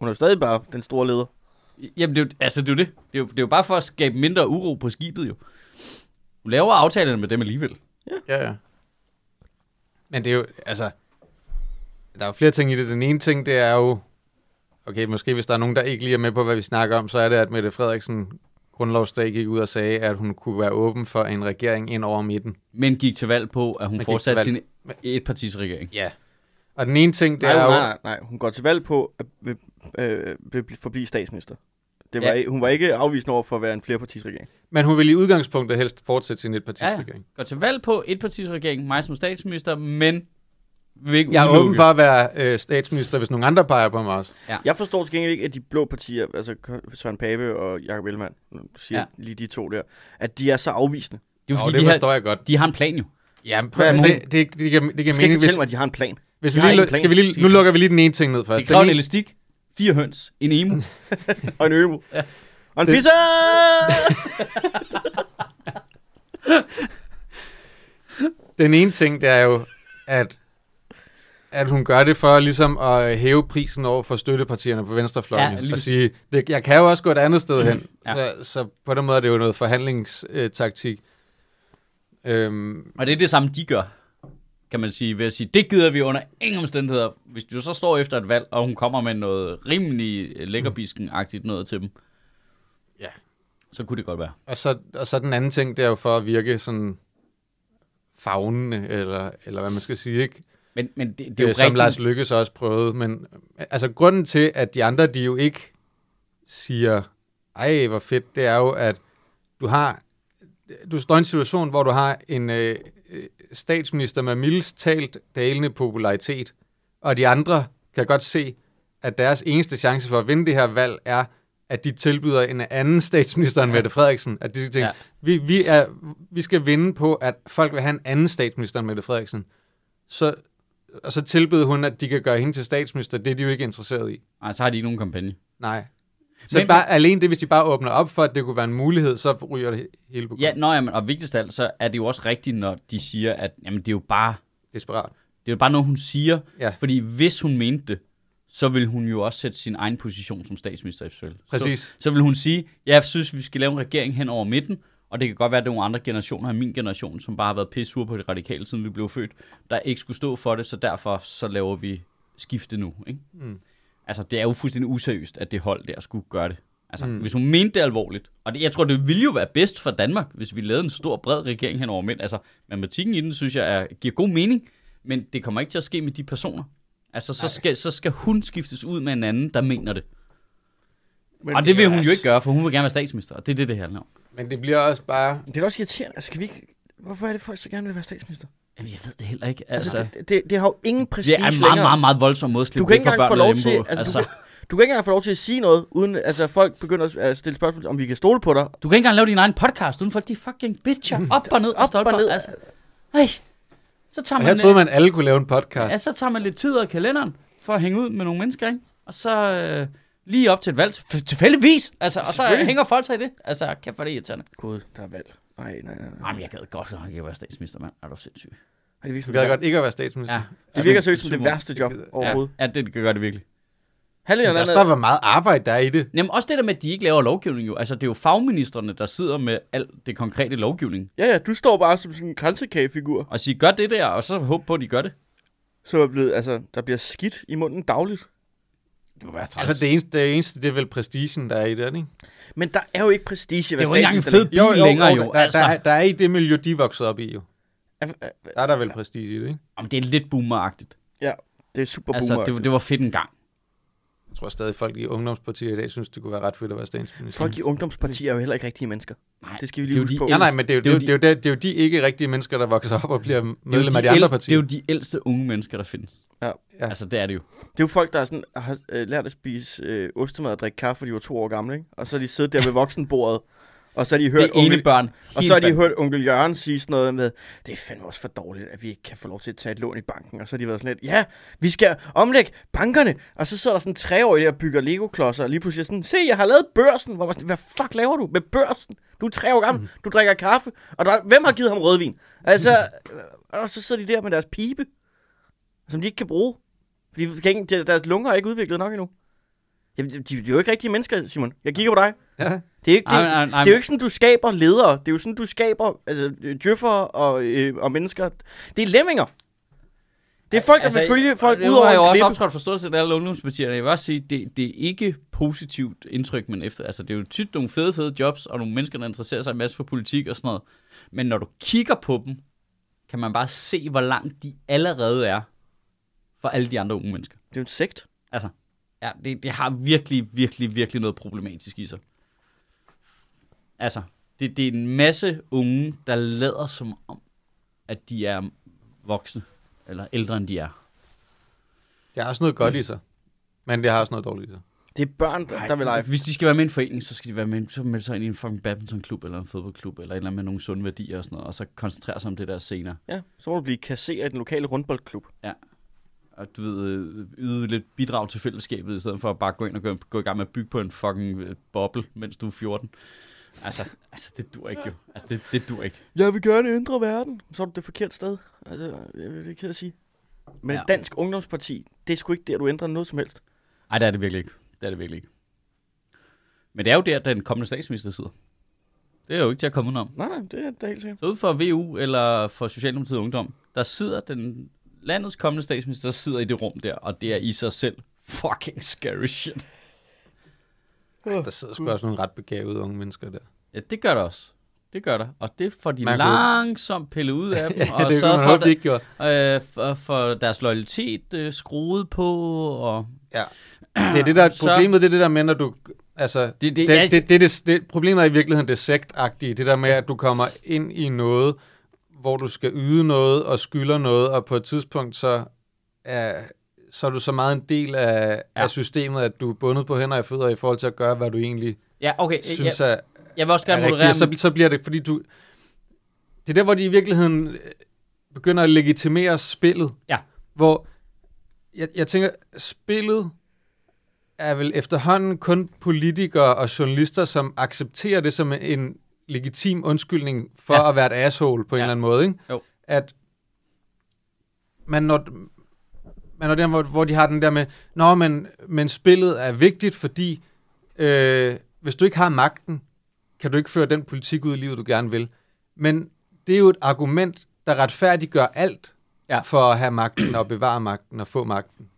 Hun er jo stadig bare den store leder. Jamen, det er jo, altså, det er jo det. Det er jo, det er jo bare for at skabe mindre uro på skibet, jo. Du laver aftalerne med dem alligevel. Ja, ja. Men det er jo, altså, der er jo flere ting i det. Den ene ting, det er jo, okay, måske hvis der er nogen, der ikke lige er med på, hvad vi snakker om, så er det, at Mette Frederiksen grundlovsdag gik ud og sagde, at hun kunne være åben for en regering ind over midten. Men gik til valg på, at hun gik fortsatte til sin valg- etpartisregering. Ja. Og den ene ting, det Nej, er hun, jo... nej, nej, nej, hun går til valg på at øh, øh, bl- forblive statsminister. Det var, Ja. ja. Hun var ikke afvisende over for at være en flerpartisregering. Men hun vil i udgangspunktet helst fortsætte sin etpartisregering. Ja, Går til valg på etpartisregering, mig som statsminister, men vil ikke Jeg er udelukke- åben for at være øh, statsminister, hvis nogen andre peger på mig også. Jeg forstår til gengæld ikke, at de blå partier, altså Søren Pape og Jacob Ellemann, nu siger Ja. ja. lige de to der, at de er så afvisende. Du Det er jo Og fordi, det de, forstår har, jeg godt. de har en plan jo. Jamen, prøv, Hvad er det, målet? det, det, det, giver, det giver skal ikke mening, hvis, fortælle mig, at de har en plan. hvis vi de har lige, en lu- plan. skal vi lige, nu lukker vi lige den ene ting ned først. De kræver en Den ene, elastik, fire høns, en emu. Og en øbo. Ja. Og en Det- fisser! den ene ting, det er jo, at, at hun gør det for ligesom at hæve prisen over for støttepartierne på Ja, venstrefløjen. lige Ja, og sige, det, jeg kan jo også gå et andet sted hen. Ja. Ja. Så, så på den måde er det jo noget forhandlingstaktik. Øhm, Og det er det samme, de gør, kan man sige, ved at sige, det gider vi under ingen omstændigheder. Hvis du så står efter et valg, og hun kommer med noget rimelig øh, lækkerbisken-agtigt noget til dem, Mm. Ja. så kunne det godt være. og, så, og så den anden ting, det er jo for at virke sådan fagnende, eller, eller hvad man skal sige, ikke? Men, men det, det det er jo øh, som rigtigt. Lars Lykke så også prøvede. Men øh, altså, grunden til, at de andre, de jo ikke siger, ej, hvor fedt, det er jo, at du har, du står i en situation, hvor du har en øh, øh, statsminister med mildest talt dalende popularitet, og de andre kan godt se, at deres eneste chance for at vinde det her valg er, at de tilbyder en anden statsminister end Mette Frederiksen. At de tænker, Ja. ja. vi, vi, er, vi skal vinde på, at folk vil have en anden statsminister end Mette Frederiksen. Så, og så tilbød hun, at de kan gøre hende til statsminister. Det er de jo ikke interesseret i. Nej, så har de ikke nogen kampagne. Nej. Så Men- men, bare, alene det, hvis de bare åbner op for, at det kunne være en mulighed, så ryger det he- hele på Ja, nå, jamen, og vigtigst af alt, så er det jo også rigtigt, når de siger, at jamen, det er jo bare desperat. Det er jo bare noget, hun siger. Ja. Fordi hvis hun mente det, så vil hun jo også sætte sin egen position som statsminister i spil. Præcis. Så, så vil hun sige, jeg synes, vi skal lave en regering hen over midten, og det kan godt være, at det er nogle andre generationer af min generation, som bare har været pissure på det radikale, siden vi blev født, der ikke skulle stå for det, så derfor så laver vi skifte nu. Ikke? Mm. Altså, det er jo fuldstændig useriøst, at det hold der skulle gøre det. Altså, mm. hvis hun mente det alvorligt, og det, jeg tror, det ville jo være bedst for Danmark, hvis vi lavede en stor, bred regering hen over midten. Altså, matematikken i den, synes jeg, er, giver god mening, men det kommer ikke til at ske med de personer. Altså, så skal, så skal hun skiftes ud med en anden, der mener det. Men og det, vil hun også- jo ikke gøre, for hun vil gerne være statsminister, og det er det, det handler om. Men det bliver også bare... Det er da også irriterende. Altså, kan vi ikke... Hvorfor er det, folk så gerne vil være statsminister? Jamen, jeg ved det heller ikke. Altså, Altså, altså det, det, det, det, har jo ingen prestige det er en meget, meget, meget voldsom måde at slippe du kan væk ikke fra engang få børnene lov hjemme til, på. altså, altså. Du, kan, du kan ikke engang få lov til at sige noget, uden altså folk begynder at stille spørgsmål, om vi kan stole på dig. Du kan ikke engang lave din egen podcast, uden folk de fucking bitcher op og ned og Mm. og stolper. ned. Altså, ej, så tager Og her troede man, øh, Altså- man, alle kunne lave en podcast. ja, så tager man lidt tid af kalenderen for at hænge ud med nogle mennesker, ikke? Og så øh, lige op til et valg, f- tilfældigvis, altså, og så Selvfølgelig. hænger folk sig i det. Altså, kæft for det er irriterende. Gud, der er valg. Nej, nej, nej. nej. Jamen, jeg gad godt nok ikke være statsminister, mand. Er du sindssyg? Ej, Det virker, Du som gad det, godt godt. ikke at være statsminister. Ja, Ja. Altså, det virker seriøst som det super. værste job Det gider- overhovedet. Ja. Ja, det gør det virkelig. Halvdelen Men af også bare, landet, hvor meget arbejde der er i det. Jamen også det der med, at de ikke laver lovgivning jo. Altså det er jo fagministerne, der sidder med alt det konkrete lovgivning. ja, ja, du står bare som sådan en kransekagefigur, Og siger, gør det der, og så håb på, at de gør det. som er blevet, altså, der bliver skidt i munden dagligt. Det må være træls. Altså, det eneste, det eneste, det er vel prestigen, der er i det, ikke? Men der er jo ikke prestige. Det er jo ikke engang en fed bil Jo, jo, længere jo, jo. der, altså. der, er, der er i det miljø, de er vokset op i, jo. fed Der er der vel prestige i det, ikke? Jamen, det er lidt boomeragtigt. Ja, det er super altså, Altså, boomer. det, Det, det... det var fedt en gang. Jeg tror stadig, folk i ungdomspartier i dag synes, det kunne være ret fedt at være statsminister. Folk i ungdomspartier er jo heller ikke rigtige mennesker. Nej, Det skal vi det lige er jo huske de på. Ja, nej, men det er jo, Det er jo det er jo, det er jo, det er jo de ikke rigtige mennesker, der vokser op og bliver Det er jo medlem af de andre ældre- partier. Det er jo de ældste unge mennesker, der findes. Ja. Ja. Altså, det er det jo. Det er jo folk, der er sådan, har øh, lært at spise øh, ostemad og drikke kaffe, fordi de var to år gamle, ikke? Og så har de siddet der ved voksenbordet, og så har de hørt Det er ene onkel, børn. og så har de hørt onkel Jørgen sige sådan noget med, det er fandme også for dårligt, at vi ikke kan få lov til at tage et lån i banken. Og så har de været sådan lidt, ja, vi skal omlægge bankerne. Og så sidder der sådan tre år der og bygger Lego-klodser, og lige pludselig er sådan, se, jeg har lavet børsen. Hvor man sådan, hvad fuck laver du med børsen? Du er tre år Mhm. gammel, du drikker kaffe, og der, hvem har givet ham rødvin? Altså, øh, og så sidder de der med deres pibe, som de ikke kan bruge. Fordi de kan ikke- der- deres lunger er ikke udviklet nok endnu. Jamen, de, de, de er jo ikke rigtige mennesker, Simon. Jeg kigger på dig. Ja. Det er, ikke, det, Ej, ej, ej, det er jo ikke sådan, du skaber ledere. Det er jo sådan, du skaber altså, øh, djøffere og, øh, og mennesker. Det er lemminger. Det er folk, der altså, vil følge folk ud Jeg jo over en også klippe. optrådt forståelse af alle ungdomspartierne. Jeg vil også sige, det, det er ikke positivt indtryk, men efter. Altså, det er jo tit nogle fede, fede jobs, og nogle mennesker, der interesserer sig en masse for politik og sådan noget. Men når du kigger på dem, kan man bare se, hvor langt de allerede er for alle de andre unge mennesker. Det er jo en sekt. Altså, ja, det, det har virkelig, virkelig, virkelig noget problematisk i sig. Altså, det, det er en masse unge, der lader som om, at de er voksne, eller ældre end de er. Det har også noget godt i sig, men det har også noget dårligt i sig. Det er børn, der, der vil lege. Hvis de skal være med i en forening, så skal de være med, så melde sig ind i en fucking badmintonklub, eller en fodboldklub, eller et eller andet med nogle sunde værdier og sådan noget, og så koncentrere sig om det der senere. Ja, så må du blive kasserer i den lokale rundboldklub. Og du ved, øh, yde lidt bidrag til fællesskabet, i stedet for at bare gå ind og gå, gå i gang med at bygge på en fucking øh, boble, mens du er 14. Altså, altså det dur ikke jo. Altså, det, det dur ikke. Jeg vil gøre det indre verden. Så er du det forkerte sted. Altså, jeg vil det kan jeg sige. Men Ja. ja. Dansk Ungdomsparti, det er sgu ikke der, du ændrer noget som helst. Nej, det er det virkelig ikke. Det er det virkelig ikke. Men det er jo der, den kommende statsminister sidder. Det er jo ikke til at komme udenom. Nej, nej, det er det er helt sikkert. Så ud for VU eller for Socialdemokratiet Ungdom, der sidder den landets kommende statsminister, der sidder i det rum der, og det er i sig selv fucking scary shit. Der sidder sgu også nogle ret begavede unge mennesker der. Ja, det gør det også. Det gør det. Og det får de Man kunne- langsomt pillet ud af dem, Ja, og det kunne sørget man for, håbe, de at, ikke gjorde. øh, for, for deres loyalitet øh, skruet på, og Ja. Det er det, der er Så- problemet, det er det der med, når du... Altså, Det- det, det det, er- det, det, det, det, det, problemet er i virkeligheden det sektagtige, det der med, at du kommer ind i noget, hvor du skal yde noget og skylder noget, og på et tidspunkt så er, så er du så meget en del af, Ja. ja. af systemet, at du er bundet på hænder og fødder i forhold til at gøre, hvad du egentlig Ja, okay. øh, synes jeg, er, jeg vil også gerne er rigtigt, moderere og så, så bliver det, fordi du... Det er der, hvor de i virkeligheden øh, begynder at legitimere spillet. Ja. Hvor jeg, jeg tænker, spillet er vel efterhånden kun politikere og journalister, som accepterer det som en legitim undskyldning for Ja. ja. at være et asshole på en Ja. eller anden måde. Ikke? Jo. At man når, man når der, hvor, hvor de har den der med, Nå, men, men spillet er vigtigt, fordi øh, hvis du ikke har magten, kan du ikke føre den politik ud i livet, du gerne vil. Men det er jo et argument, der retfærdiggør alt Ja. ja. for at have magten og bevare magten og få magten.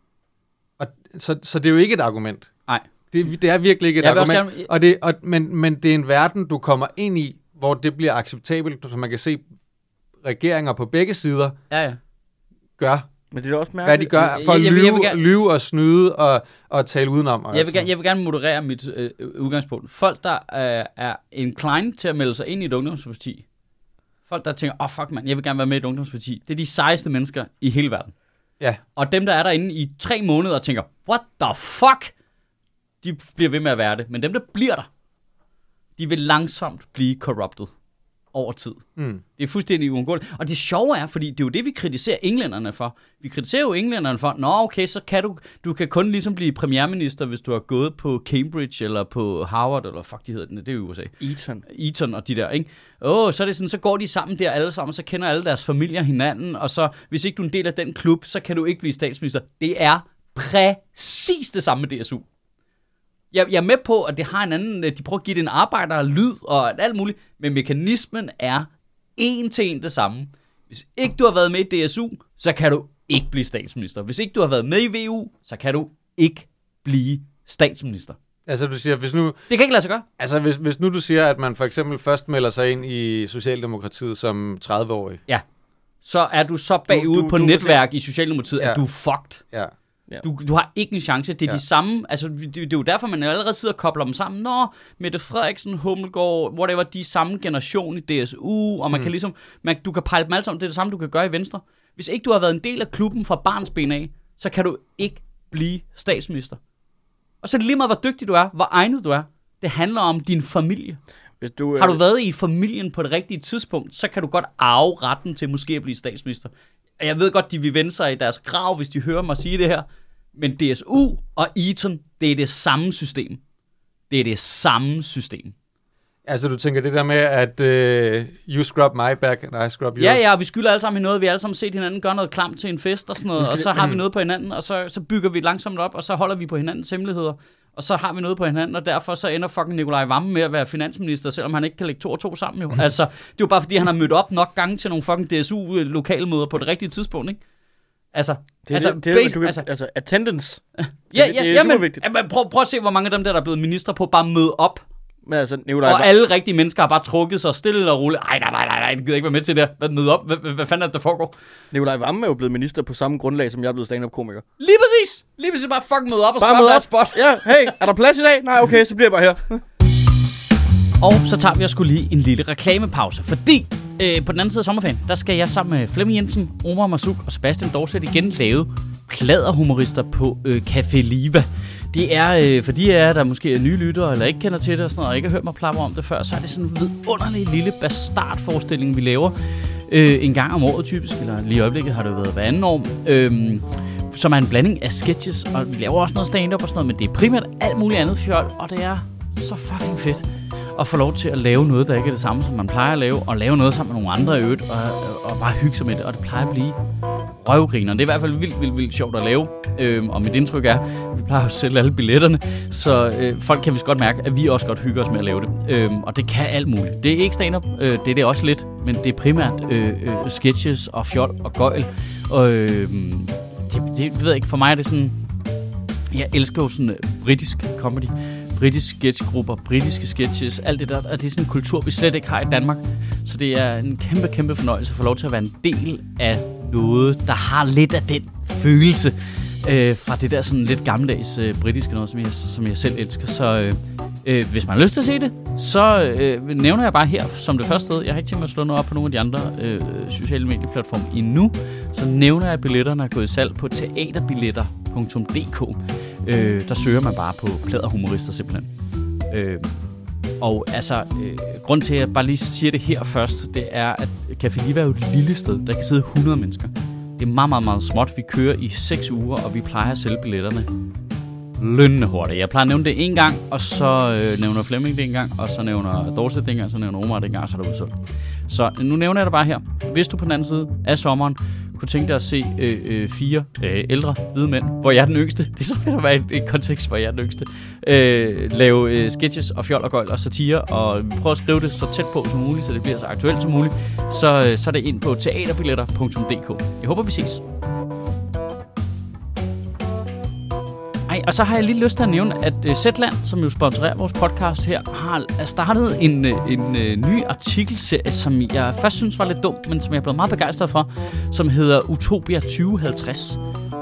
Og, så, så det er jo ikke et argument. Nej. Det, det er virkelig ikke et Jeg vil også argument. gerne- Og det, og, men, men det er en verden, du kommer ind i, hvor det bliver acceptabelt, som man kan se regeringer på begge sider Ja, ja. gør, Men det er da også hvad mærkeligt. de gør for Jeg- at jeg vil- jeg vil lyve, gerne- lyve og snyde og, og tale udenom. Og Jeg sådan vil, gerne, jeg vil gerne moderere mit øh, øh, udgangspunkt. Folk, der øh, er inclined til at melde sig ind i et ungdomsparti, folk, der tænker, åh oh, fuck mand, jeg vil gerne være med i et ungdomsparti, det er de sejeste mennesker i hele verden. Ja. Og dem, der er derinde i tre måneder og tænker, what the fuck, de bliver ved med at være det. Men dem, der bliver der, de vil langsomt blive corrupted over tid. Mm. Det er fuldstændig uundgåeligt. Og det sjove er, fordi det er jo det, vi kritiserer englænderne for. Vi kritiserer jo englænderne for, nå okay, så kan du, du kan kun ligesom blive premierminister, hvis du har gået på Cambridge eller på Harvard, eller fuck, de hedder den, det er jo i USA. Eton. Eton og de der, ikke? Åh, så er det sådan, så går de sammen der alle sammen, så kender alle deres familier hinanden, og så, hvis ikke du er en del af den klub, så kan du ikke blive statsminister. Det er præcis det samme med DSU. Jeg, jeg er med på, at det har en anden, øh, de prøver at give det en arbejder og lyd og alt muligt, men mekanismen er en til en det samme. Hvis ikke du har været med i DSU, så kan du ikke blive statsminister. Hvis ikke du har været med i VU, så kan du ikke blive statsminister. Altså du siger, hvis nu, Det kan ikke lade sig gøre. altså, hvis, hvis nu du siger, at man for eksempel først melder sig ind i Socialdemokratiet som 30-årig, så er du så bagud du, Du- du, du- på du- netværk i Socialdemokratiet, ja. Ja. at du er fucked. ja, Du, du har ikke en chance. Det er ja. Ja. de samme. Altså, det, det er jo derfor, man allerede sidder og kobler dem sammen. Nå, Mette Frederiksen, Hummelgaard, whatever, de er samme generation i DSU, og man mm. kan ligesom, man, du kan pege dem alle sammen. Det er det samme, du kan gøre i Venstre. Hvis ikke du har været en del af klubben fra barnsben af, så kan du ikke blive statsminister. Og så er det lige meget, hvor dygtig du er, hvor egnet du er. Det handler om din familie. Hvis du, øh, Har du været i familien på det rigtige tidspunkt, så kan du godt arve retten til måske at blive statsminister. Og Jeg ved godt, de vil vende sig i deres grav, hvis de hører mig sige det her. Men DSU og Eton, det er det samme system. Det er det samme system. Altså, du tænker det der med, at øh, you scrub my back, and I scrub yours. Ja, ja, og vi skylder alle sammen hinanden noget. Vi har alle sammen set hinanden gøre noget klamt mm. til en fest og sådan noget. Og så har vi noget på hinanden, og så, så bygger vi langsomt op, og så holder vi på hinandens hemmeligheder. Og så har vi noget på hinanden, og derfor så ender fucking Nikolaj Vamme med at være finansminister, selvom han ikke kan lægge to og to sammen jo. altså, det er jo bare fordi, han har mødt op nok gange til nogle fucking DSU-lokalmøder øh, på det rigtige tidspunkt, ikke? Altså, Det er altså, altså, det, det, er jo- base- du kan, altså- altså, altså attendance. ja, det- ja, det er ja, super men, vigtigt. jamen, prøv, prøv at se, hvor mange af dem der, der er blevet minister på, bare møde op. Men altså, Nikolaj, Og Vammen- alle rigtige mennesker har bare trukket sig stille og roligt. Ej, nej, nej, nej, nej, det gider ikke være med til det. her. Hvad møde op? Hvad, hvad, hvad fanden er det, der foregår? Nikolaj Vamme er jo blevet minister på samme grundlag, som jeg er blevet stand-up-komiker. Lige præcis! Lige præcis bare fucking møde op og Bare spørge, med hvad er op. spot. Ja, hey, er der plads i dag? Nej, okay, så bliver jeg bare her. Og så tager vi os skulle lige en lille reklamepause, fordi øh, på den anden side af sommerferien, der skal jeg sammen med Flemming Jensen, Omar Masuk og Sebastian Dorset igen lave pladerhumorister på øh, Café Liva. Det er, øh, for de af jer, der måske er nye lyttere, eller ikke kender til det og sådan noget, og ikke har hørt mig plapper om det før, så er det sådan en vidunderlig lille bastardforestilling, vi laver øh, en gang om året typisk, eller lige i øjeblikket har det jo været hver anden år. Øh, som er en blanding af sketches, og vi laver også noget stand-up og sådan noget, men det er primært alt muligt andet fjol, og det er så fucking fedt at få lov til at lave noget, der ikke er det samme, som man plejer at lave, og lave noget sammen med nogle andre i øvrigt, og, og bare hygge sig med det, og det plejer at blive røvgriner. Det er i hvert fald vildt, vildt, vildt sjovt at lave, øhm, og mit indtryk er, at vi plejer at sælge alle billetterne, så øh, folk kan vist godt mærke, at vi også godt hygger os med at lave det, øhm, og det kan alt muligt. Det er ikke stand-up, øh, det er det også lidt, men det er primært øh, øh, sketches og fjol og gøjl, og øh, det, det ved jeg ikke, for mig er det sådan, jeg elsker jo sådan øh, britisk comedy. Britiske sketchgrupper, britiske sketches, alt det der. Og det er sådan en kultur, vi slet ikke har i Danmark. Så det er en kæmpe, kæmpe fornøjelse at få lov til at være en del af noget, der har lidt af den følelse øh, fra det der sådan lidt gammeldags øh, britiske noget, som jeg, som jeg selv elsker. Så øh, øh, hvis man har lyst til at se det, så øh, nævner jeg bare her som det første sted. Jeg har ikke tænkt mig at slå noget op på nogle af de andre øh, sociale medieplatforme endnu. Så nævner jeg, at billetterne er gået i salg på teaterbilletter.dk. Øh, der søger man bare på pladerhumorister simpelthen. Øh, og altså, øh, grund til, at jeg bare lige siger det her først, det er, at Café Liva er jo et lille sted. Der kan sidde 100 mennesker. Det er meget, meget, meget småt. Vi kører i 6 uger, og vi plejer at sælge billetterne lønne hurtigt. Jeg plejer at nævne det en gang, og så øh, nævner Flemming det en gang, og så nævner Dorset det en gang, så nævner Omar det en gang, og så er det udsolgt. Så øh, nu nævner jeg det bare her. Hvis du på den anden side af sommeren kunne tænke dig at se øh, øh, fire øh, ældre hvide mænd, hvor jeg er den yngste, det er så fedt at være i et kontekst, hvor jeg er den yngste, øh, lave øh, sketches og fjol og gøjl og satire, og prøve at skrive det så tæt på som muligt, så det bliver så aktuelt som muligt, så, øh, så er det ind på teaterbilletter.dk. Jeg håber, vi ses. Ej, og så har jeg lige lyst til at nævne, at øh, Zetland, som jo sponsorerer vores podcast her, har er startet en, øh, en øh, ny artikelserie, som jeg først synes var lidt dum, men som jeg er blevet meget begejstret for, som hedder Utopia 2050.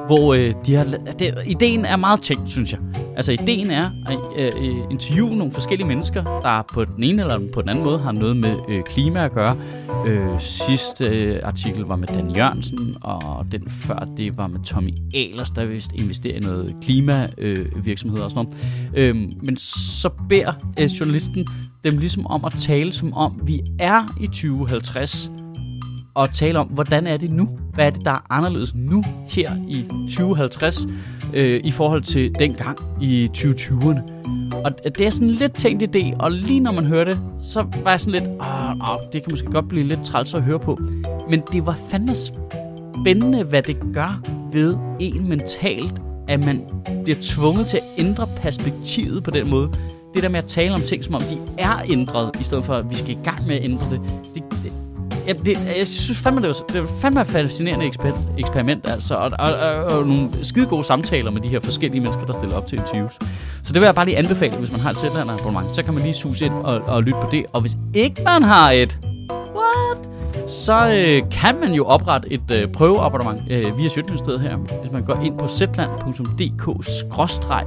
Hvor øh, de har, la- det, ideen er meget tænkt, synes jeg. Altså ideen er at øh, øh, interviewe nogle forskellige mennesker, der på den ene eller på den anden måde har noget med øh, klima at gøre. Øh, sidste øh, artikel var med Dan Jørgensen, og den før det var med Tommy Ahlers, der vist investerer i noget klimavirksomhed og sådan noget. Øh, men så beder øh, journalisten dem ligesom om at tale som om, vi er i 2050, og tale om, hvordan er det nu? Hvad er det, der er anderledes nu her i 2050 øh, i forhold til dengang i 2020'erne? Og det er sådan en lidt tænkt idé, og lige når man hører det, så var jeg sådan lidt, åh, åh, det kan måske godt blive lidt træls at høre på. Men det var fandme spændende, hvad det gør ved en mentalt, at man bliver tvunget til at ændre perspektivet på den måde. Det der med at tale om ting, som om de er ændret, i stedet for at vi skal i gang med at ændre det. det, det Ja, det, jeg synes fandme, det var, det var fandme et fascinerende eksper, eksperiment, altså, og, og, og, og nogle skide gode samtaler med de her forskellige mennesker, der stiller op til interviews. Så det vil jeg bare lige anbefale, hvis man har et Zetlander abonnement, så kan man lige suse ind og, og lytte på det. Og hvis ikke man har et, what? Så øh, kan man jo oprette et øh, prøveabonnement øh, via Sjøtministeriet her. Hvis man går ind på zetland.dk-skråstreg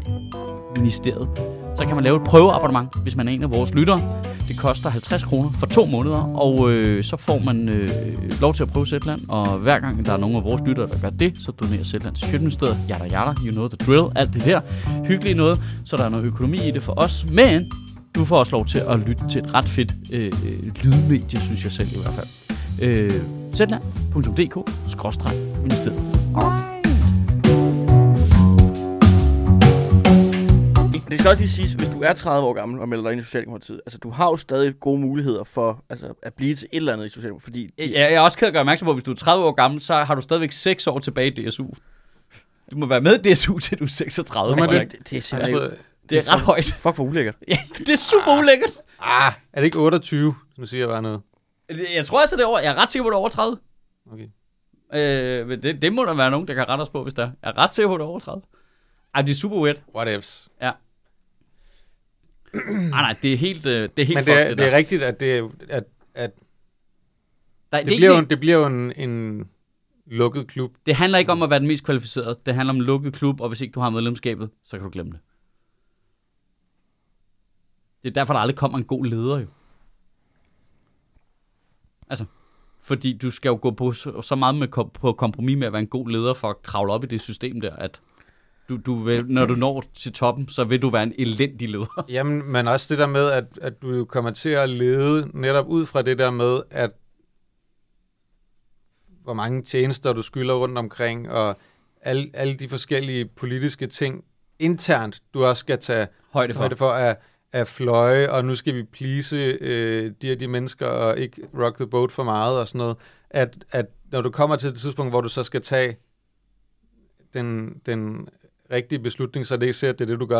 ministeriet. Så kan man lave et prøveabonnement, hvis man er en af vores lyttere. Det koster 50 kroner for to måneder, og øh, så får man øh, lov til at prøve Zetland. Og hver gang der er nogen af vores lyttere, der gør det, så donerer Zetland til Sjøtministeriet. Yada yada, you know the drill, alt det der. Hyggeligt noget, så der er noget økonomi i det for os. Men du får også lov til at lytte til et ret fedt øh, øh, lydmedie, synes jeg selv i hvert fald. Øh, Zetland.dk-ministeriet. Alright. Det skal også lige siges, hvis du er 30 år gammel og melder dig ind i Socialdemokratiet, altså du har jo stadig gode muligheder for altså, at blive til et eller andet i Socialdemokratiet, fordi Jeg, jeg er også ked at gøre opmærksom på, at hvis du er 30 år gammel, så har du stadigvæk 6 år tilbage i DSU. Du må være med i DSU, til du er 36. Må tror man jeg det, ikke. det, det er Jeg simpelthen troede, Det er ret fuck- højt. Fuck for ulækkert. Ja, det er super ulækkert. Ah, er det ikke 28? Nu siger jeg bare noget. Jeg tror altså, det er over. Jeg er ret sikker på, det er over 30. Okay. Øh, men det, det må der være nogen, der kan rette os på, hvis der er. Jeg er ret sikker på, det er over 30. Ej, det er super weird. What ifs. Nej, nej, det er helt, øh, det er helt Men det er, fucked, det, der. det er rigtigt, at det, at, at Der- det, det, er det, bliver, ikke, jo, en- det bliver jo en, en lukket klub. det handler ikke om at være den mest kvalificerede. Det handler om en lukket klub, og hvis ikke du har medlemskabet, så kan du glemme det. Det er derfor, der aldrig kommer en god leder, jo. Altså, fordi du skal jo gå på så så meget med, kom- på kompromis med at være en god leder for at kravle op i det system der, at du, du vil, når du når til toppen, så vil du være en elendig leder. Jamen, men også det der med, at, at du jo kommer til at lede netop ud fra det der med, at hvor mange tjenester du skylder rundt omkring, og alle, alle de forskellige politiske ting internt, du også skal tage Højde for. højde for at, at fløje, og nu skal vi please øh, de og de mennesker, og ikke rock the boat for meget og sådan noget, at, at når du kommer til det tidspunkt, hvor du så skal tage den, den rigtige beslutning, så er det ikke sikkert, at det er det, du gør.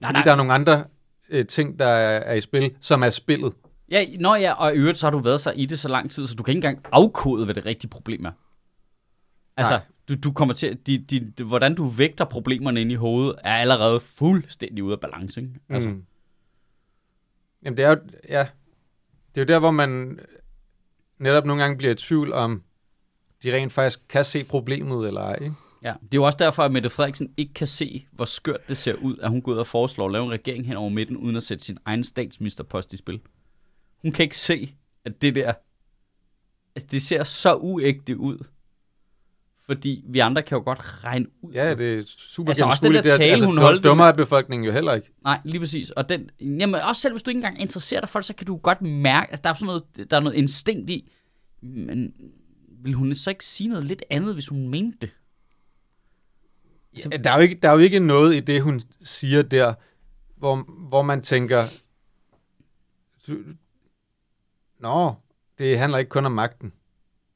Nej, Fordi nej. der er nogle andre øh, ting, der er, er i spil, som er spillet. Ja, nå ja, og i øvrigt så har du været så i det så lang tid, så du kan ikke engang afkode, hvad det rigtige problem er. Altså, Nej. du, du kommer til, de, de, de, hvordan du vægter problemerne ind i hovedet, er allerede fuldstændig ude af balance, ikke? Altså, Altså. Mm. Jamen, det er jo, ja, det er jo der, hvor man netop nogle gange bliver i tvivl om, de rent faktisk kan se problemet eller ej. Ikke? ja. Det er jo også derfor, at Mette Frederiksen ikke kan se, hvor skørt det ser ud, at hun går ud og foreslår at lave en regering hen over midten, uden at sætte sin egen statsministerpost i spil. Hun kan ikke se, at det der, altså det ser så uægte ud. Fordi vi andre kan jo godt regne ud, Ja, det er super Altså, også den gennemskueligt. der Det er- tale, altså, hun dum- holdt det Dummere er befolkningen jo heller ikke. Nej, lige præcis. Og den, jamen, også selv hvis du ikke engang interesserer dig for det, så kan du godt mærke, at der er sådan noget, der er noget instinkt i. Men vil hun så ikke sige noget lidt andet, hvis hun mente det? Ja, der, er jo ikke, der er jo ikke noget i det, hun siger der, hvor, hvor man tænker, "Du- nå, det handler ikke kun om magten.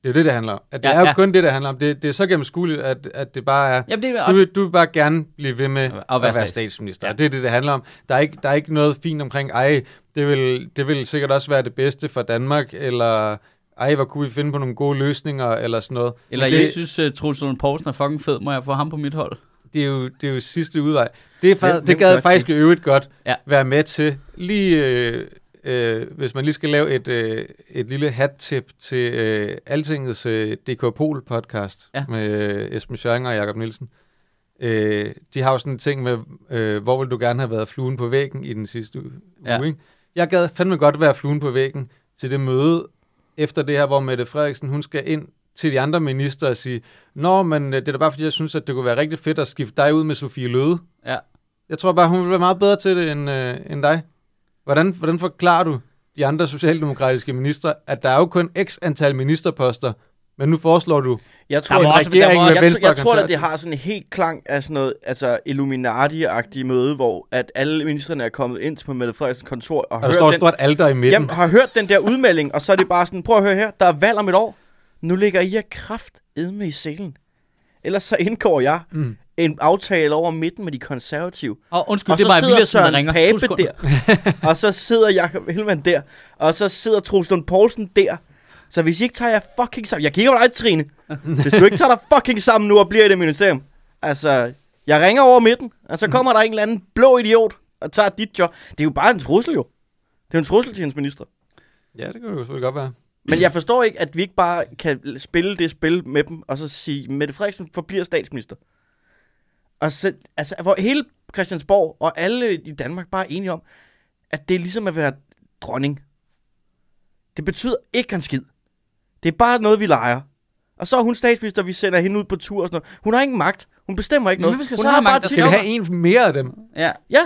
Det er jo det, det handler om. At det Ja, ja, er jo ja. ja. kun det, det handler om. Det, det er så gennemskueligt, at, at det bare er, Jamen, det er, du, vil- du vil bare gerne blive ved med at være være, at være stats- statsminister. Ja. Ja. Det er det, det handler om. Der er ikke, der er ikke noget fint omkring, ej, det vil, det vil sikkert også være det bedste for Danmark, eller ej, hvor kunne vi finde på nogle gode løsninger, eller sådan noget. eller det, jeg synes, uh, Troels Lund Poulsen er fucking fed, må jeg få ham på mit hold? det er jo, det er jo sidste udvej. Det, er fa- Hvem- hvem det gad gør jeg faktisk i øvrigt godt Ja. ja. være med til. Lige, øh, øh, hvis man lige skal lave et, øh, et lille hat-tip til øh, Altingets øh, DK Pol podcast Ja. ja. med øh, Esben Schøring og Jakob Nielsen. Øh, de har jo sådan en ting med, øh, hvor vil du gerne have været fluen på væggen i den sidste uge. Ja. Ja. Ikke? Jeg gad fandme godt være fluen på væggen til det møde efter det her, hvor Mette Frederiksen, hun skal ind til de andre minister og sige, Nå, men øh, det er da bare fordi, jeg synes, at det kunne være rigtig fedt at skifte dig ud med Sofie Løde. Ja. Jeg tror bare, hun vil være meget bedre til det end, øh, end dig. Hvordan, hvordan forklarer du de andre socialdemokratiske ministre, at der er jo kun x antal ministerposter, men nu foreslår du... Jeg Der tror, må jeg, også- der må regeringen også- jeg, med jeg, venstre jeg og tror, at det konservative. har sådan en helt klang af sådan noget altså Illuminati-agtige møde, hvor at alle ministerne er kommet ind på Mette Frederiksens kontor og har Og der står hørt, den, et stort alter i midten. jamen, har hørt den der udmelding, og så er det bare sådan, prøv at høre her, der er valg om et år. Nu ligger I af kraft edme i selen. Ellers så indgår jeg Mm. en aftale over midten med de konservative. Og undskyld, Og det så var Maja sidder Villersen, der Søren ringer. To Pape sekunder. der. og så sidder Jakob Helmand der. Og så sidder Troels Lund Poulsen der. Så hvis I ikke tager jer fucking sammen... Jeg kigger på dig, Trine. Hvis du ikke tager dig fucking sammen nu og bliver i det ministerium. Altså, jeg ringer over midten, og så kommer der en eller anden blå idiot og tager dit job. Det er jo bare en trussel, jo. Det er jo en trussel til hendes minister. Ja, det kan jo selvfølgelig godt være. Men jeg forstår ikke, at vi ikke bare kan spille det spil med dem, og så sige, Mette Frederiksen forbliver statsminister. Og så, altså, hvor hele Christiansborg og alle i Danmark bare er enige om, at det er ligesom at være dronning. Det betyder ikke en skid. Det er bare noget, vi leger. Og så er hun statsminister, vi sender hende ud på tur og sådan noget. Hun har ingen magt. Hun bestemmer ikke Men noget. hvem skal hun så have magt? Der Skal vi have en mere af dem? Ja, Ja.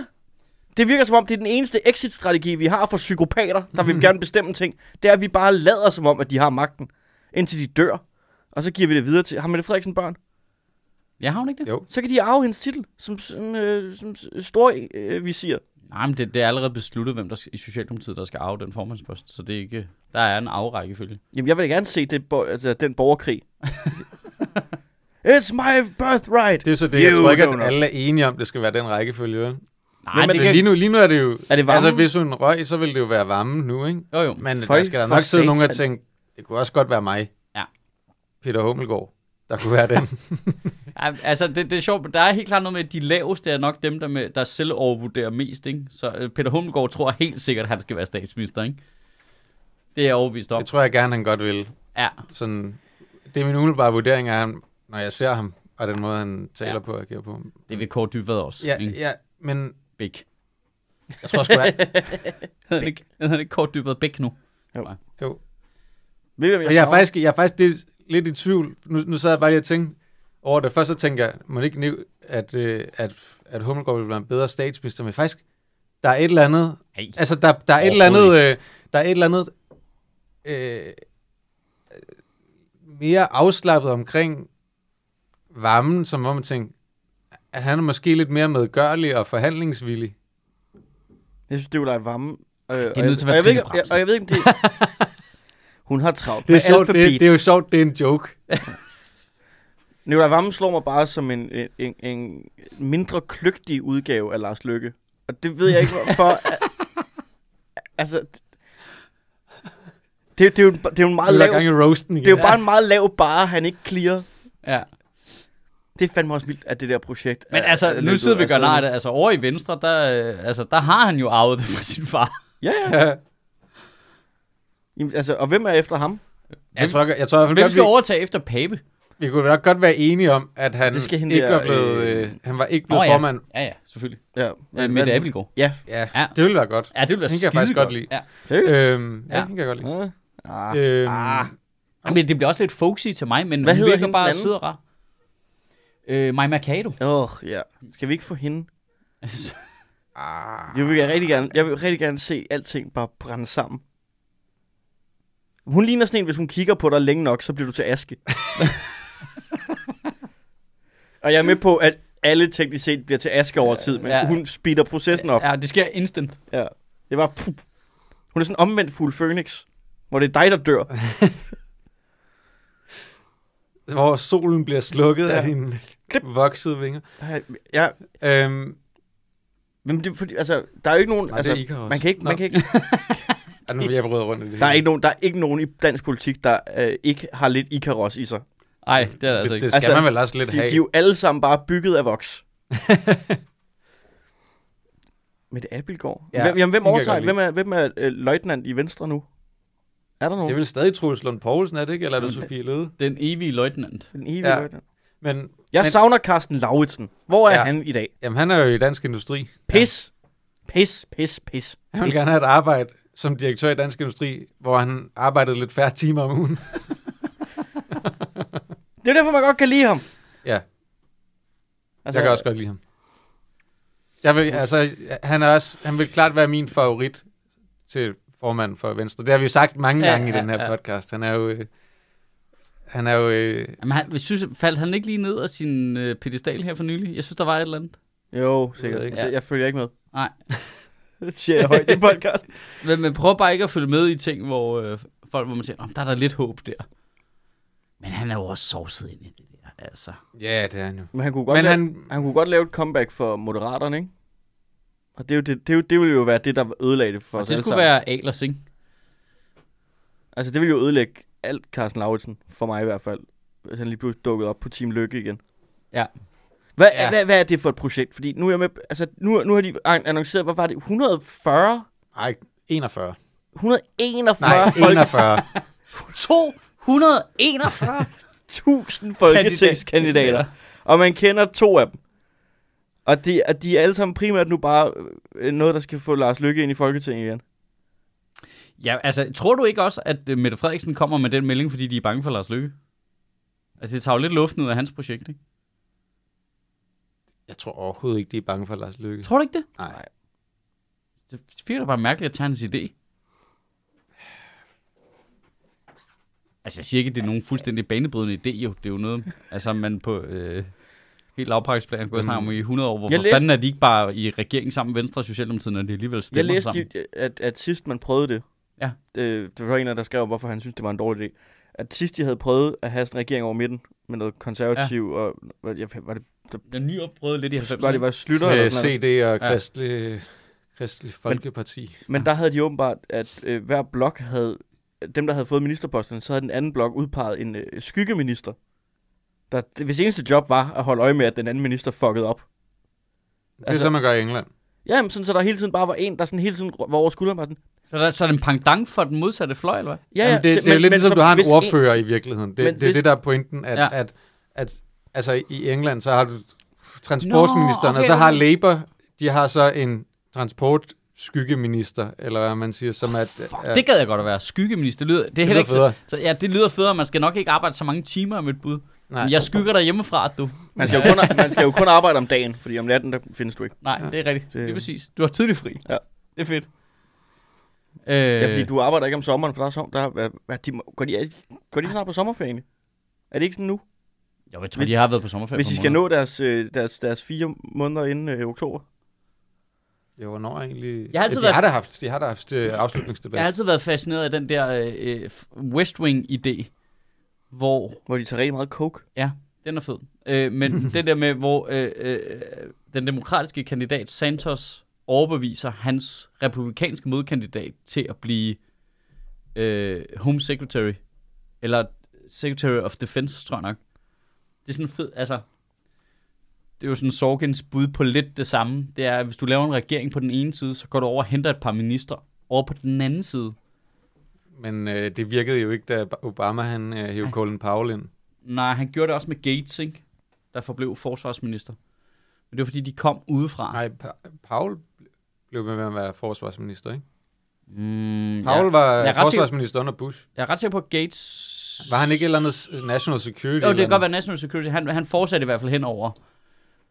Det virker som om, det er den eneste exit-strategi, vi har for psykopater, der Mhm. vil gerne bestemme ting. Det er, at vi bare lader som om, at de har magten, indtil de dør. Og så giver vi det videre til... Har Mette Frederiksen børn? jeg har hun ikke det? Jo. Så kan de arve hendes titel som, som, øh, som stor øh, visir. Nej, men det, det, er allerede besluttet, hvem der skal, i Socialdemokratiet, der skal arve den formandspost. Så det er ikke... Der er en afrække, ifølge. Jamen, jeg vil da gerne se det, bo- altså, den borgerkrig. It's my birthright! Det er så det, jeg You tror ikke, don't at know. alle er enige om, det skal være den rækkefølge. vel? Nej, Men det Men kan... lige, nu, lige nu er det jo... Er det varmen? Altså, hvis hun røg, så ville det jo være varme nu, ikke? Jo, jo. Men For- der skal der for nok sidde nogen og satan. tænke, det kunne også godt være mig. Ja. Peter Hummelgaard, der kunne være den. Ej, altså, det, det er sjovt. men Der er helt klart noget med, at de laveste er nok dem, der, med, der selv overvurderer mest. Ikke? Så øh, Peter Hummelgaard tror helt sikkert, at han skal være statsminister. Ikke? Det er jeg overbevist om. Det tror jeg gerne, han godt vil. Ja. Sådan, det er min umiddelbare vurdering af ham, når jeg ser ham, og den måde, han taler Ja. ja. på og agerer på. Det vil Kåre Dybvad også. Ja, øh, ikke? ja, men Bæk. jeg tror sgu, at... Hedder han ikke- hedder han ikke Kåre Dybvad Bæk nu? Jo. Ved I, hvem Og jeg er savner? faktisk, jeg er faktisk lidt, lidt i tvivl. Nu, nu sad jeg bare lige og tænkte over det. Først så tænker jeg, må det ikke niv- at, øh, at, at Hummelgaard vil være en bedre statsminister, men faktisk, der er et eller andet... Nej. Altså, der, der er et eller andet... Overhovedet Øh, der er et eller andet... Øh, øh, mere afslappet omkring varmen, som om man tænker, at han er måske lidt mere medgørlig og forhandlingsvillig. Jeg synes, det er jo lege varme. Øh, det nødt til at være og jeg, ved ikke, Trine og jeg, Bramsen. og jeg ved ikke, om det... Hun har travlt Det er, med sjovt, det, alfabet. det er jo sjovt, det er en joke. Nikolaj Vammen slår mig bare som en, en- en, en mindre kløgtig udgave af Lars Lykke. Og det ved jeg ikke, hvorfor... altså... Det, det, er jo en, det er jo en meget Du er i lav... gang i roasten igen. Det er jo bare en meget lav bare, han ikke clear. Ja. Det er fandme også vildt, at det der projekt... Men er- er altså, nu løbet sidder vi og afsted gør nu. nej af det. Altså, over i Venstre, der, øh, altså, der har han jo arvet det fra sin far. Ja, ja. Ja. Jamen, altså, og hvem er efter ham? Jeg tror, jeg, jeg tror i hvert fald Hvem godt, vi, skal overtage efter Pape? vi kunne nok godt være enige om, at han Det skal hende ikke der, var blevet, øh, øh, han var ikke Nå, blevet ja. formand. Ja, ja, selvfølgelig. Ja, Ja, Øh, Mette Abelgaard. Ja, Ja, Ja. ja, det ville være godt. Ja, det ville være Hende kan jeg faktisk skidegodt. godt lide. Ja. seriøst? Øhm, ja, Ja. ja, kan jeg godt lide. Ja. Ah. Øhm, Ah. Jamen, det bliver også lidt folksy til mig, men Hvad hun hedder virker hende den bare anden? sød og rar. Øh, Maja Mercado. Åh, oh, ja. Skal vi ikke få hende? Altså, ah, Jeg vil jeg rigtig gerne, jeg vil rigtig gerne se alting bare brænde sammen. Hun ligner sådan en, hvis hun kigger på dig længe nok, så bliver du til aske. og jeg er med på, at alle teknisk set bliver til aske over tid, men Ja. ja. hun speeder processen op. ja, det sker instant. Ja. Det var pup. Hun er sådan en omvendt fugl Phoenix, hvor det er dig, der dør. hvor solen bliver slukket Ja. ja. af dine Klip. voksede vinger. Ej, Ja, Øhm, men det, er fordi, altså, der er jo ikke nogen... Nej, altså, det er Icarus. man kan ikke, man Nå. kan ikke, ah, nu vil jeg bryde rundt i det. der, er hele. ikke nogen, der er ikke nogen i dansk politik, der øh, ikke har lidt Ikaros i sig. Nej, det er det altså det, ikke. det skal Altså, man vel også lidt De, de have. er jo alle sammen bare bygget af voks. Mette Abelgaard? Ja, Ja, hvem, jamen, hvem hende kan overtager? jeg godt Hvem er, hvem er øh, løjtnant i Venstre nu? Er der nogen? Det er Det vel stadig Troels Lund Poulsen, er det ikke? Eller er det Sofie Løde? Den evige løjtnant. er den evige ja. Ja. løjtnant. Men Jeg Men- savner Carsten Lauritsen. Hvor er ja. Ja. han i dag? jamen, han er jo i Dansk Industri. Pis. Pis, pis, pis. Han vil pis. gerne have et arbejde som direktør i Dansk Industri, hvor han arbejdede lidt færre timer om ugen. Det er derfor, man godt kan lide ham. Ja. Altså, jeg kan også godt lide ham. Jeg vil, altså, han, er også, han vil klart være min favorit til formanden for Venstre. Det har vi jo sagt mange Ja, gange i ja, den her ja. podcast. Han er jo... Øh, han er jo... Øh, Jamen, han, jeg synes, faldt han ikke lige ned af sin øh, pedestal her for nylig? Jeg synes, der var et eller andet. Jo, Jeg sikkert. ved Jeg, ikke. ja. jeg følger ikke med. Nej. Det siger jeg højt i podcasten. Men, men prøv bare ikke at følge med i ting, hvor øh, folk, hvor man siger, om der er der lidt håb der. Men han er jo også sovset ind i det der, altså. ja, det er han jo. Men han kunne godt Men lide han, Han kunne godt lave et comeback for Moderaterne, ikke? Og det, er jo det, det, er jo- det ville jo være det, der ødelagde det for Og os det alle skulle sammen. være Ahlers, ikke? Altså, det ville jo ødelægge alt Carsten Lauritsen, for mig i hvert fald, hvis han lige pludselig dukkede op på Team Lykke igen. Ja. Hvad, Ja. ja. hvad, hvad er det for et projekt? Fordi nu er jeg med, altså, nu, nu har de an- annonceret, hvad var det, 140? ej, 41. 141 Nej, 41. 241 tusind folketingskandidater. Og man kender to af dem. Og de, og de er alle sammen primært nu bare øh, noget, der skal få Lars Lykke ind i Folketinget igen. Ja, altså, tror du ikke også, at øh, Mette Frederiksen kommer med den melding, fordi de er bange for Lars Løkke? Altså, det tager jo lidt luften ud af hans projekt, ikke? Jeg tror overhovedet ikke, de er bange for Lars Løkke. Tror du ikke det? Nej. Det virker da bare mærkeligt at tage hans idé. Altså, jeg siger ikke, at det er nogen fuldstændig banebrydende idé, jo. Det er jo noget, altså, man på øh, helt lavpraksplan går og snakker om i 100 år. Hvorfor Mm. Jeg læste- læste... fanden er de ikke bare i regeringen sammen med Venstre og Socialdemokratiet, når de alligevel Jeg stemmer læste, sammen? de, at, at sidst man prøvede det, Ja. øh, det var en af der skrev, hvorfor han syntes, det var en dårlig idé, at sidst de havde prøvet at have sådan en regering over midten med noget konservativ, ja. og hvad- jeg, var det, Den nye opbrød lidt i 90'erne. var det var Med slutter eller sådan noget. CD og Ja. Kristelig, Kristelig Folkeparti. Men der havde de åbenbart, at øh, hver blok havde, dem der havde fået ministerposten, så havde den anden blok udpeget en øh, skyggeminister. Der, det, hvis eneste job var at holde øje med, at den anden minister fuckede op. Det er Altså- så, man gør i England. Ja, men sådan, så der hele tiden bare var en, der sådan hele tiden var over skulderen bare sådan, Så er der, så er der en pangdang for den modsatte fløj, eller hvad? ja, ja, Jamen, det, til- det er jo men- lidt men ligesom, så du har en hvis ordfører i virkeligheden. Det, Men det er hvis- det, der er pointen, at, Ja. ja. at, at altså, i England, så har du transportministeren, Nå, Nå, okay, okay, og så har okay. Labour, de har så en transportskyggeminister, eller hvad man siger, som at... Fuck, det gad jeg godt at være. Skyggeminister, det lyder, det er heller ikke lyder så, så, ja, det lyder federe. Man skal nok ikke arbejde så mange timer med et bud. Nej. Men jeg skygger dig hjemmefra, at du. Man skal, jo kun, man skal jo kun arbejde om dagen, fordi om natten, der findes du ikke. Nej, Ja. det er rigtigt. Det Det- er præcis. Du har tidlig fri. Ja. Det er fedt. Øh, Øh. Ja, fordi du arbejder ikke om sommeren, for der er som, der, hvad, hvad, de, må- går, de, er, de- går de snart på sommerferie? Er det ikke sådan nu? Jo, jeg tror, hvis- de har været på sommerferie. Hvis på de skal måneder. nå deres, øh, deres, deres fire måneder inden øh, oktober. Ja, hvornår er egentlig... Jeg har altid ja, de, har været- da haft, de har da haft øh, afslutningsdebat. Jeg har altid været fascineret af den der øh, øh, West Wing-idé, hvor Hvor de tager rigtig meget coke. Den er fed. Øh, men det der med, hvor øh, øh, den demokratiske kandidat Santos overbeviser hans republikanske modkandidat til at blive øh, Home Secretary, eller Secretary of Defense, tror jeg nok. Det er sådan fed, altså, det er jo sådan Sorkins bud på lidt det samme. Det er, at hvis du laver en regering på den ene side, så går du over og henter et par minister over på den anden side. Men øh, det virkede jo ikke, da Obama han øh, hævde Colin Powell ind. Nej, han gjorde det også med Gates, ikke? Der forblev forsvarsminister. Men det var, fordi de kom udefra. Nej, pa- Powell blev ved med at være forsvarsminister, ikke? Mm, Powell ja. ja. var Jeg er ret ja, sikker- forsvarsminister under Bush. Jeg er ret sikker på, at Gates... Var han ikke et eller andet s- national security? Jo, det eller kan godt andet? være National Security. Han, han fortsatte i hvert fald hen over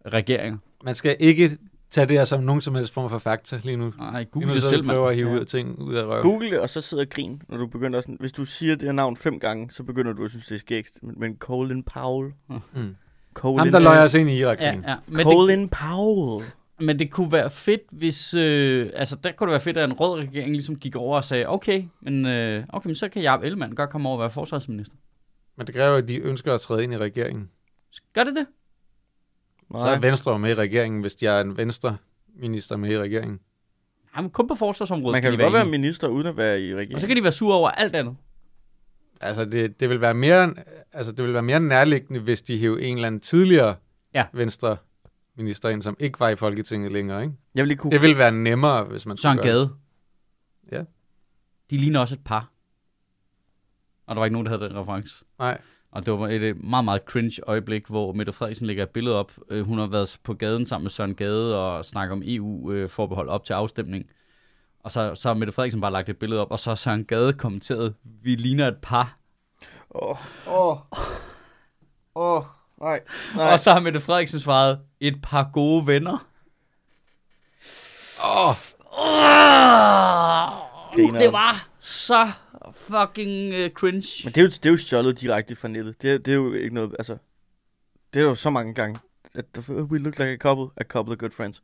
regeringer. Man skal ikke tage det her som nogen som helst form for fakta lige nu. Nej, Lige Google nu det sidder selv, vi og prøver mand. at hive Ja. ud af ting ud af røven. Google det, og så sidder og grin, når du begynder at sådan, Hvis du siger det her navn fem gange, så begynder du at synes, det er skægt. Men, men Colin Powell. Hmm. Mm. Colin, Ham, der løg os ind i Irak. Ja, ja. Men, det, Colin Powell. men det kunne være fedt, hvis... Øh, altså, der kunne det være fedt, at en rød regering ligesom gik over og sagde, okay, men, øh, okay, men så kan Jacob Ellemann godt komme over og være forsvarsminister. Men det kræver, at de ønsker at træde ind i regeringen. Gør det det? Nej. Så er Nej. Venstre jo med i regeringen, hvis jeg er en venstre minister med i regeringen. Jamen, kun på forsvarsområdet Man skal kan de jo godt være enige. minister, uden at være i Og så regeringen. kan de være sure over alt andet. Altså, det, det, vil være mere, altså, det vil være mere nærliggende, hvis de hævde en eller anden tidligere Ja. venstre minister ind, som ikke var i Folketinget længere, ikke? Jeg vil ikke kunne... Det vil være nemmere, hvis man Søren skulle gøre det. Gade. Ja. De ligner også et par. Og der var ikke nogen, der havde den reference. Nej, Og det var et øh, meget, meget cringe øjeblik, hvor Mette Frederiksen lægger et billede op. Øh, Hun har været på gaden sammen med Søren Gade og snakker om EU-forbehold op til afstemning. Og så, så har Mette Frederiksen bare lagt et billede op, og så har Søren Gade kommenteret, vi ligner et par. Åh, åh, åh, nej, Nej. nej. Og så har Mette Frederiksen svaret, et par gode venner. Oh. Oh. Grineren. Det var så fucking øh, cringe. Men det er, jo, det er jo stjålet direkte fra nettet. Det er, det er jo ikke noget, altså... Det er jo så mange gange, at der- we look like a couple, a couple of good friends.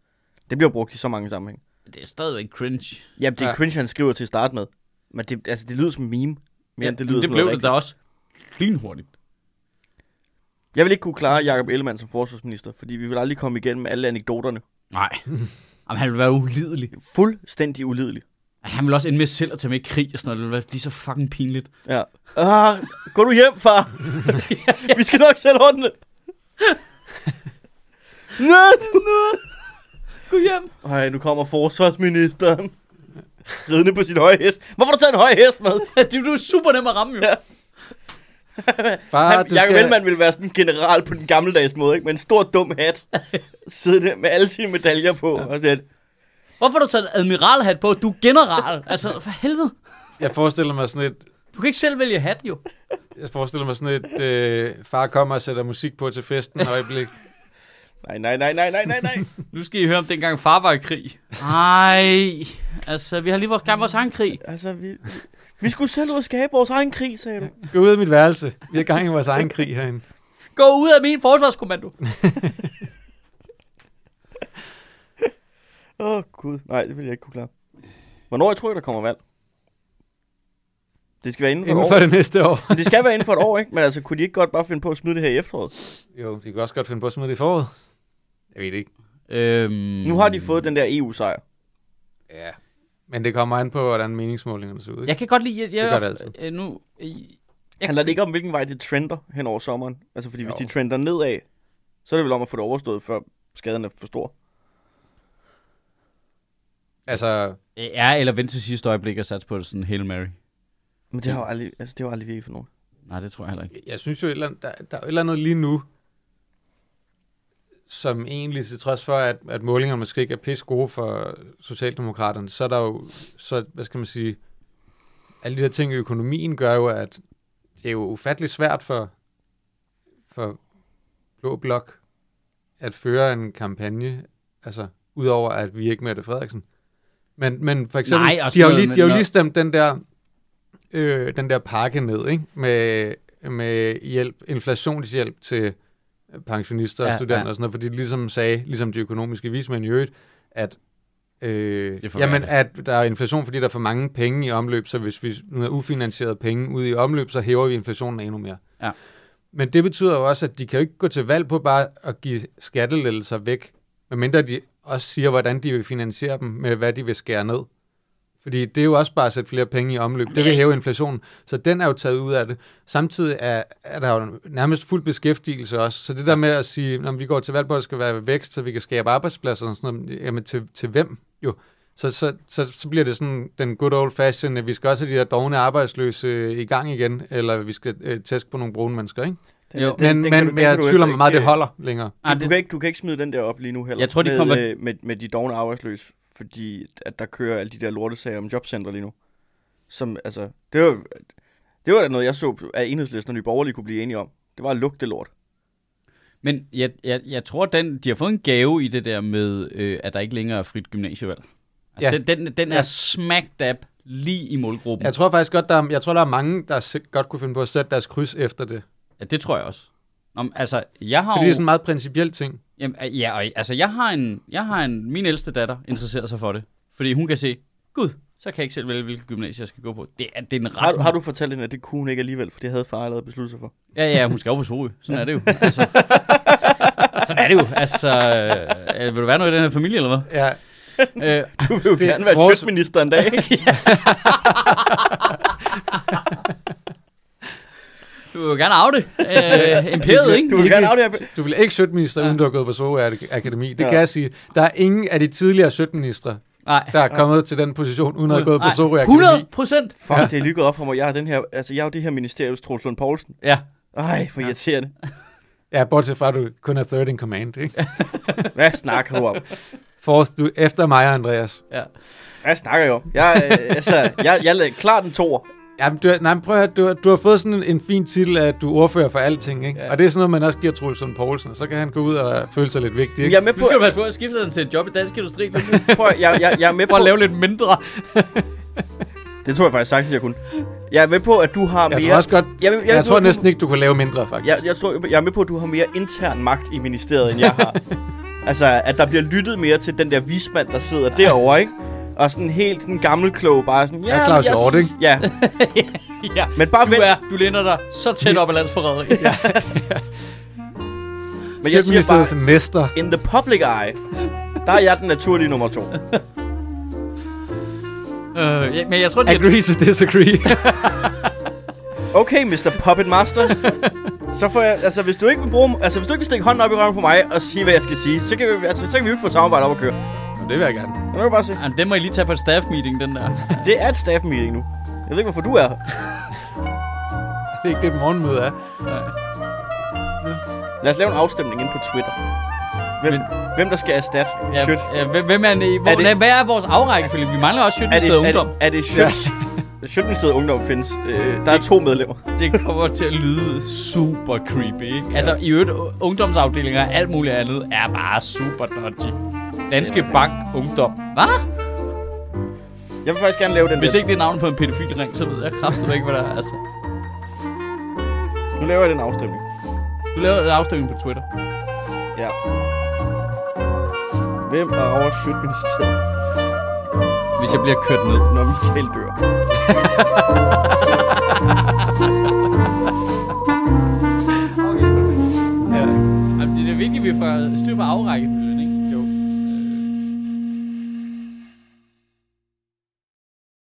Det bliver brugt i så mange sammenhæng. Det er stadigvæk cringe. Jamen, det er Ja. ja. cringe, han skriver til at starte med. Men det, altså, det lyder som en meme, mere ja, end det men lyder det som noget blev det rigtigt. da også lynhurtigt. Jeg vil ikke kunne klare Jakob Ellemann som forsvarsminister, fordi vi vil aldrig komme igen med alle anekdoterne. Nej. Jamen, han ville være ulidelig. Fuldstændig ulidelig. Han ville også ende med selv at tage med i krig og sådan noget. Det ville være lige så fucking pinligt. Ja. Ah, gå du hjem, far. vi skal nok selv ordne det. Nå, Gå hjem. Ej, nu kommer forsvarsministeren. Ridende på sin høje hest. Hvorfor har du taget en høj hest med? det du er super nem at ramme, jo. Ja. Far, Han, Ah, du Jacob skal- Ellemann ville være sådan en general på den gammeldags måde, ikke? Med en stor dum hat. Sidde der med alle sine medaljer på. Ja. Og sådan, Hvorfor har du taget en admiralhat på? Du er general. Altså, for helvede. Jeg forestiller mig sådan et, Du kan ikke selv vælge hat, jo. jeg forestiller mig sådan et øh, far kommer og sætter musik på til festen et øjeblik. nej, nej, nej, nej, nej, nej, nej. Nu skal I høre om dengang far var i krig. Nej. Altså, vi har lige været gang vores egen krig. Altså, vi, vi skulle selv ud og skabe vores egen krig, sagde du. Gå ud af mit værelse. Vi har gang i vores egen krig herinde. Gå ud af min forsvarskommando. Åh, oh, gud. Nej, det ville jeg ikke kunne klare. Hvornår jeg tror, jeg, der kommer valg? Det skal være inden for Inden et for år. det næste år. Men det skal være inden for et år, ikke? Men altså, kunne de ikke godt bare finde på at smide det her i efteråret? Jo, de kan også godt finde på at smide det i foråret. Jeg ved det ikke. Øhm, Nu har de fået den der E EU-sejr. Ja. Men det kommer an på, hvordan meningsmålingerne ser ud. Ikke? Jeg kan godt lide... Jeg, jeg, Det gør det altid. øh, nu, i- jeg, altså. Handler det ikke om, hvilken vej det trender hen over sommeren? Altså, fordi jo. hvis de trender nedad, så er det vel om at få det overstået, før skaden er for stor. Altså, Ja, eller vente til sidste øjeblik og satse på det sådan Hail Mary. Men det har jo aldrig, altså, det har jo aldrig virket for nogen. Nej, det tror jeg heller ikke. jeg synes jo, et eller andet, der, der er jo et eller andet lige nu, som egentlig, til trods for, at, at målingerne måske ikke er pisse gode for Socialdemokraterne, så er der jo, så, hvad skal man sige, alle de her ting i økonomien gør jo, at det er jo ufattelig svært for, for Blå Blok at føre en kampagne, altså udover at vi er ikke Mette Frederiksen. Men, men for eksempel, Nej, og de har jo sådan lige, noget, de har jo men lige stemt den der, øh, den der pakke ned, ikke? Med, med hjælp, inflationshjælp til øh, pensionister og Ja, ja, studerende ja. og sådan noget, fordi de ligesom sagde, ligesom de økonomiske vismænd i øvrigt, at, øh, er for jamen, værre. at der er inflation, fordi der er for mange penge i omløb, så hvis vi nu har ufinansierede penge ude i omløb, så hæver vi inflationen endnu mere. Ja. Men det betyder jo også, at de kan jo ikke gå til valg på bare at give skattelettelser væk, medmindre de også siger, hvordan de vil finansiere dem med, hvad de vil skære ned. Fordi det er jo også bare at sætte flere penge i omløb. Det vil hæve inflationen. Så den er jo taget ud af det. Samtidig er, er der jo nærmest fuld beskæftigelse også. Så det der med at sige, når vi går til valg på, at der skal være vækst, så vi kan skabe arbejdspladser og sådan noget, jamen til, til hvem jo? Så, så, så, så bliver det sådan den good old fashion, at vi skal også have de der dogne arbejdsløse øh, i gang igen, eller vi skal øh, tæske på nogle brune mennesker, ikke? Den, Jo. den- den Men, men, kan du- den men jeg kan du tvivler om, ikke- Mm. hvor meget det holder længere. Ej, Du, du, det- kan ikke, du kan ikke smide den der op lige nu heller. Jeg tror, de med, kommer- øh, med, med de dogne arbejdsløse, fordi at der kører alle de der lortesager om jobcenter lige nu. Som, altså, det var, det var da noget, jeg så, at enhedslisten og nye borgerlige kunne blive enige om. Det var at lukke det lort. Men jeg, jeg, jeg tror, den, de har fået en gave i det der med, øh, at der ikke længere er frit gymnasievalg. Altså, ja. Ja. den, den, den er Ja. smack dab lige i målgruppen. Jeg tror faktisk godt, der er, jeg tror, der er mange, der se- godt kunne finde på at sætte deres kryds efter det. Ja, det tror jeg også. Nå, men, altså, jeg har Fordi det jo, er sådan en meget principiel ting. jamen, øh, ja, og, altså, jeg har en, jeg har en, min ældste datter interesserer sig for det. Fordi hun kan se, gud, så kan jeg ikke selv vælge, hvilket gymnasie jeg skal gå på. Det er, det er en ret... Har, har du fortalt hende, at det kunne hun ikke alligevel, for det havde far allerede besluttet sig for? Ja, ja, hun skal jo på Sorø. Sådan er det jo. Altså, sådan er det jo. Altså, øh, vil du være noget i den her familie, eller Ja, hvad? Øh, Du vil jo Det- gerne være vores- vores... støtminister en dag, ikke? du vil jo gerne arve det. Øh, imperiet, ikke? Du vil gerne af det her. du vil ikke sødminister, Ja. uden du har gået på Soho Akademi. Det Ja. ja. kan jeg sige. Der er ingen af de tidligere sødminister, Nej. der er kommet til den position, uden at have gået på Soho Akademi. 100 procent. Fuck, det er lykket op for mig. Jeg har den her, altså jeg har jo det her ministeriums Troels Lund Poulsen. Ja. Ej, for irriterende. Ja, bortset fra, at du kun er third in command. Ikke? Hvad snakker du om? Fourth, du efter mig og Andreas. ja. Hvad snakker jeg om? Jeg, øh, altså, jeg, jeg lavede klart en toer. Jamen, du, nej, men prøv at høre, du, har- du har fået sådan en, en fin titel, at du er ordfører for alting, ikke? Ja. Og det er sådan noget, man også giver Troels Lund Poulsen, og så kan han gå ud og føle sig lidt vigtig, Men ikke? Jeg er med Nu på, skal du passe på at skifte den til et job i dansk industri, for prøv, at- jeg, jeg, jeg er med på, at lave lidt mindre. det tror jeg faktisk sagtens, jeg kunne. Jeg er med på, at du har mere... Jeg tror også godt, Jeg, jeg, jeg, jeg, jeg tror du, næsten ikke, du kunne lave mindre, faktisk. Jeg, jeg, tror, jeg er med på, at du har mere intern magt i ministeriet, end jeg har. altså, at der bliver lyttet mere til den der vismand, der sidder derovre, ikke? Og sådan helt den gamle klog, bare sådan... Ja, Ja, Claus men Hjort, synes- ikke?" Ja, ja. men bare Du, vent. er, du læner dig så tæt op af landsforræderi. ja. Men jeg siger Kirkeministeriet bare, sådan næster. in the public eye, der er jeg den naturlige nummer to. Øh, ja, men jeg tror, det er... Agree to disagree. Okay, Mr. Puppet Master. så får jeg, altså hvis du ikke vil bruge, altså hvis du ikke vil stikke hånden op i røven på mig og sige, hvad jeg skal sige, så kan vi, altså, så kan vi jo ikke få et samarbejde op at køre. det vil jeg gerne. Nu kan du bare se. Jamen, den må I lige tage på et staff meeting, den der. Det er et staff meeting nu. Jeg ved ikke, hvorfor du er her. Det er ikke det, morgenmøde er. Lad os lave en afstemning inde på Twitter. Hvem, Men- hvem der skal erstatte Ja, Sjøt? ja, hvem- hvem er, I, hvor, Er det- er hvad er vores afrækkefølge? Vi mangler også Er det, Sjøtministeriet er Ungdom. det, er det Sjøts? Sjøtministeriet Ungdom findes. Øh, der er to medlemmer. Det kommer til at lyde super creepy, ikke? Altså, i øvrigt, u- ungdomsafdelinger og alt muligt andet er bare super dodgy. Danske Bank Ungdom. Hvad? Jeg vil faktisk gerne lave den Hvis der. ikke det er navnet på en pædofilring, så ved jeg kraftigt ikke, hvad der er. Altså, Nu laver jeg den afstemning. du laver en afstemning på Twitter. Ja. Hvem er over Sjøtministeriet, Hvis jeg bliver kørt ned. når Michael dør?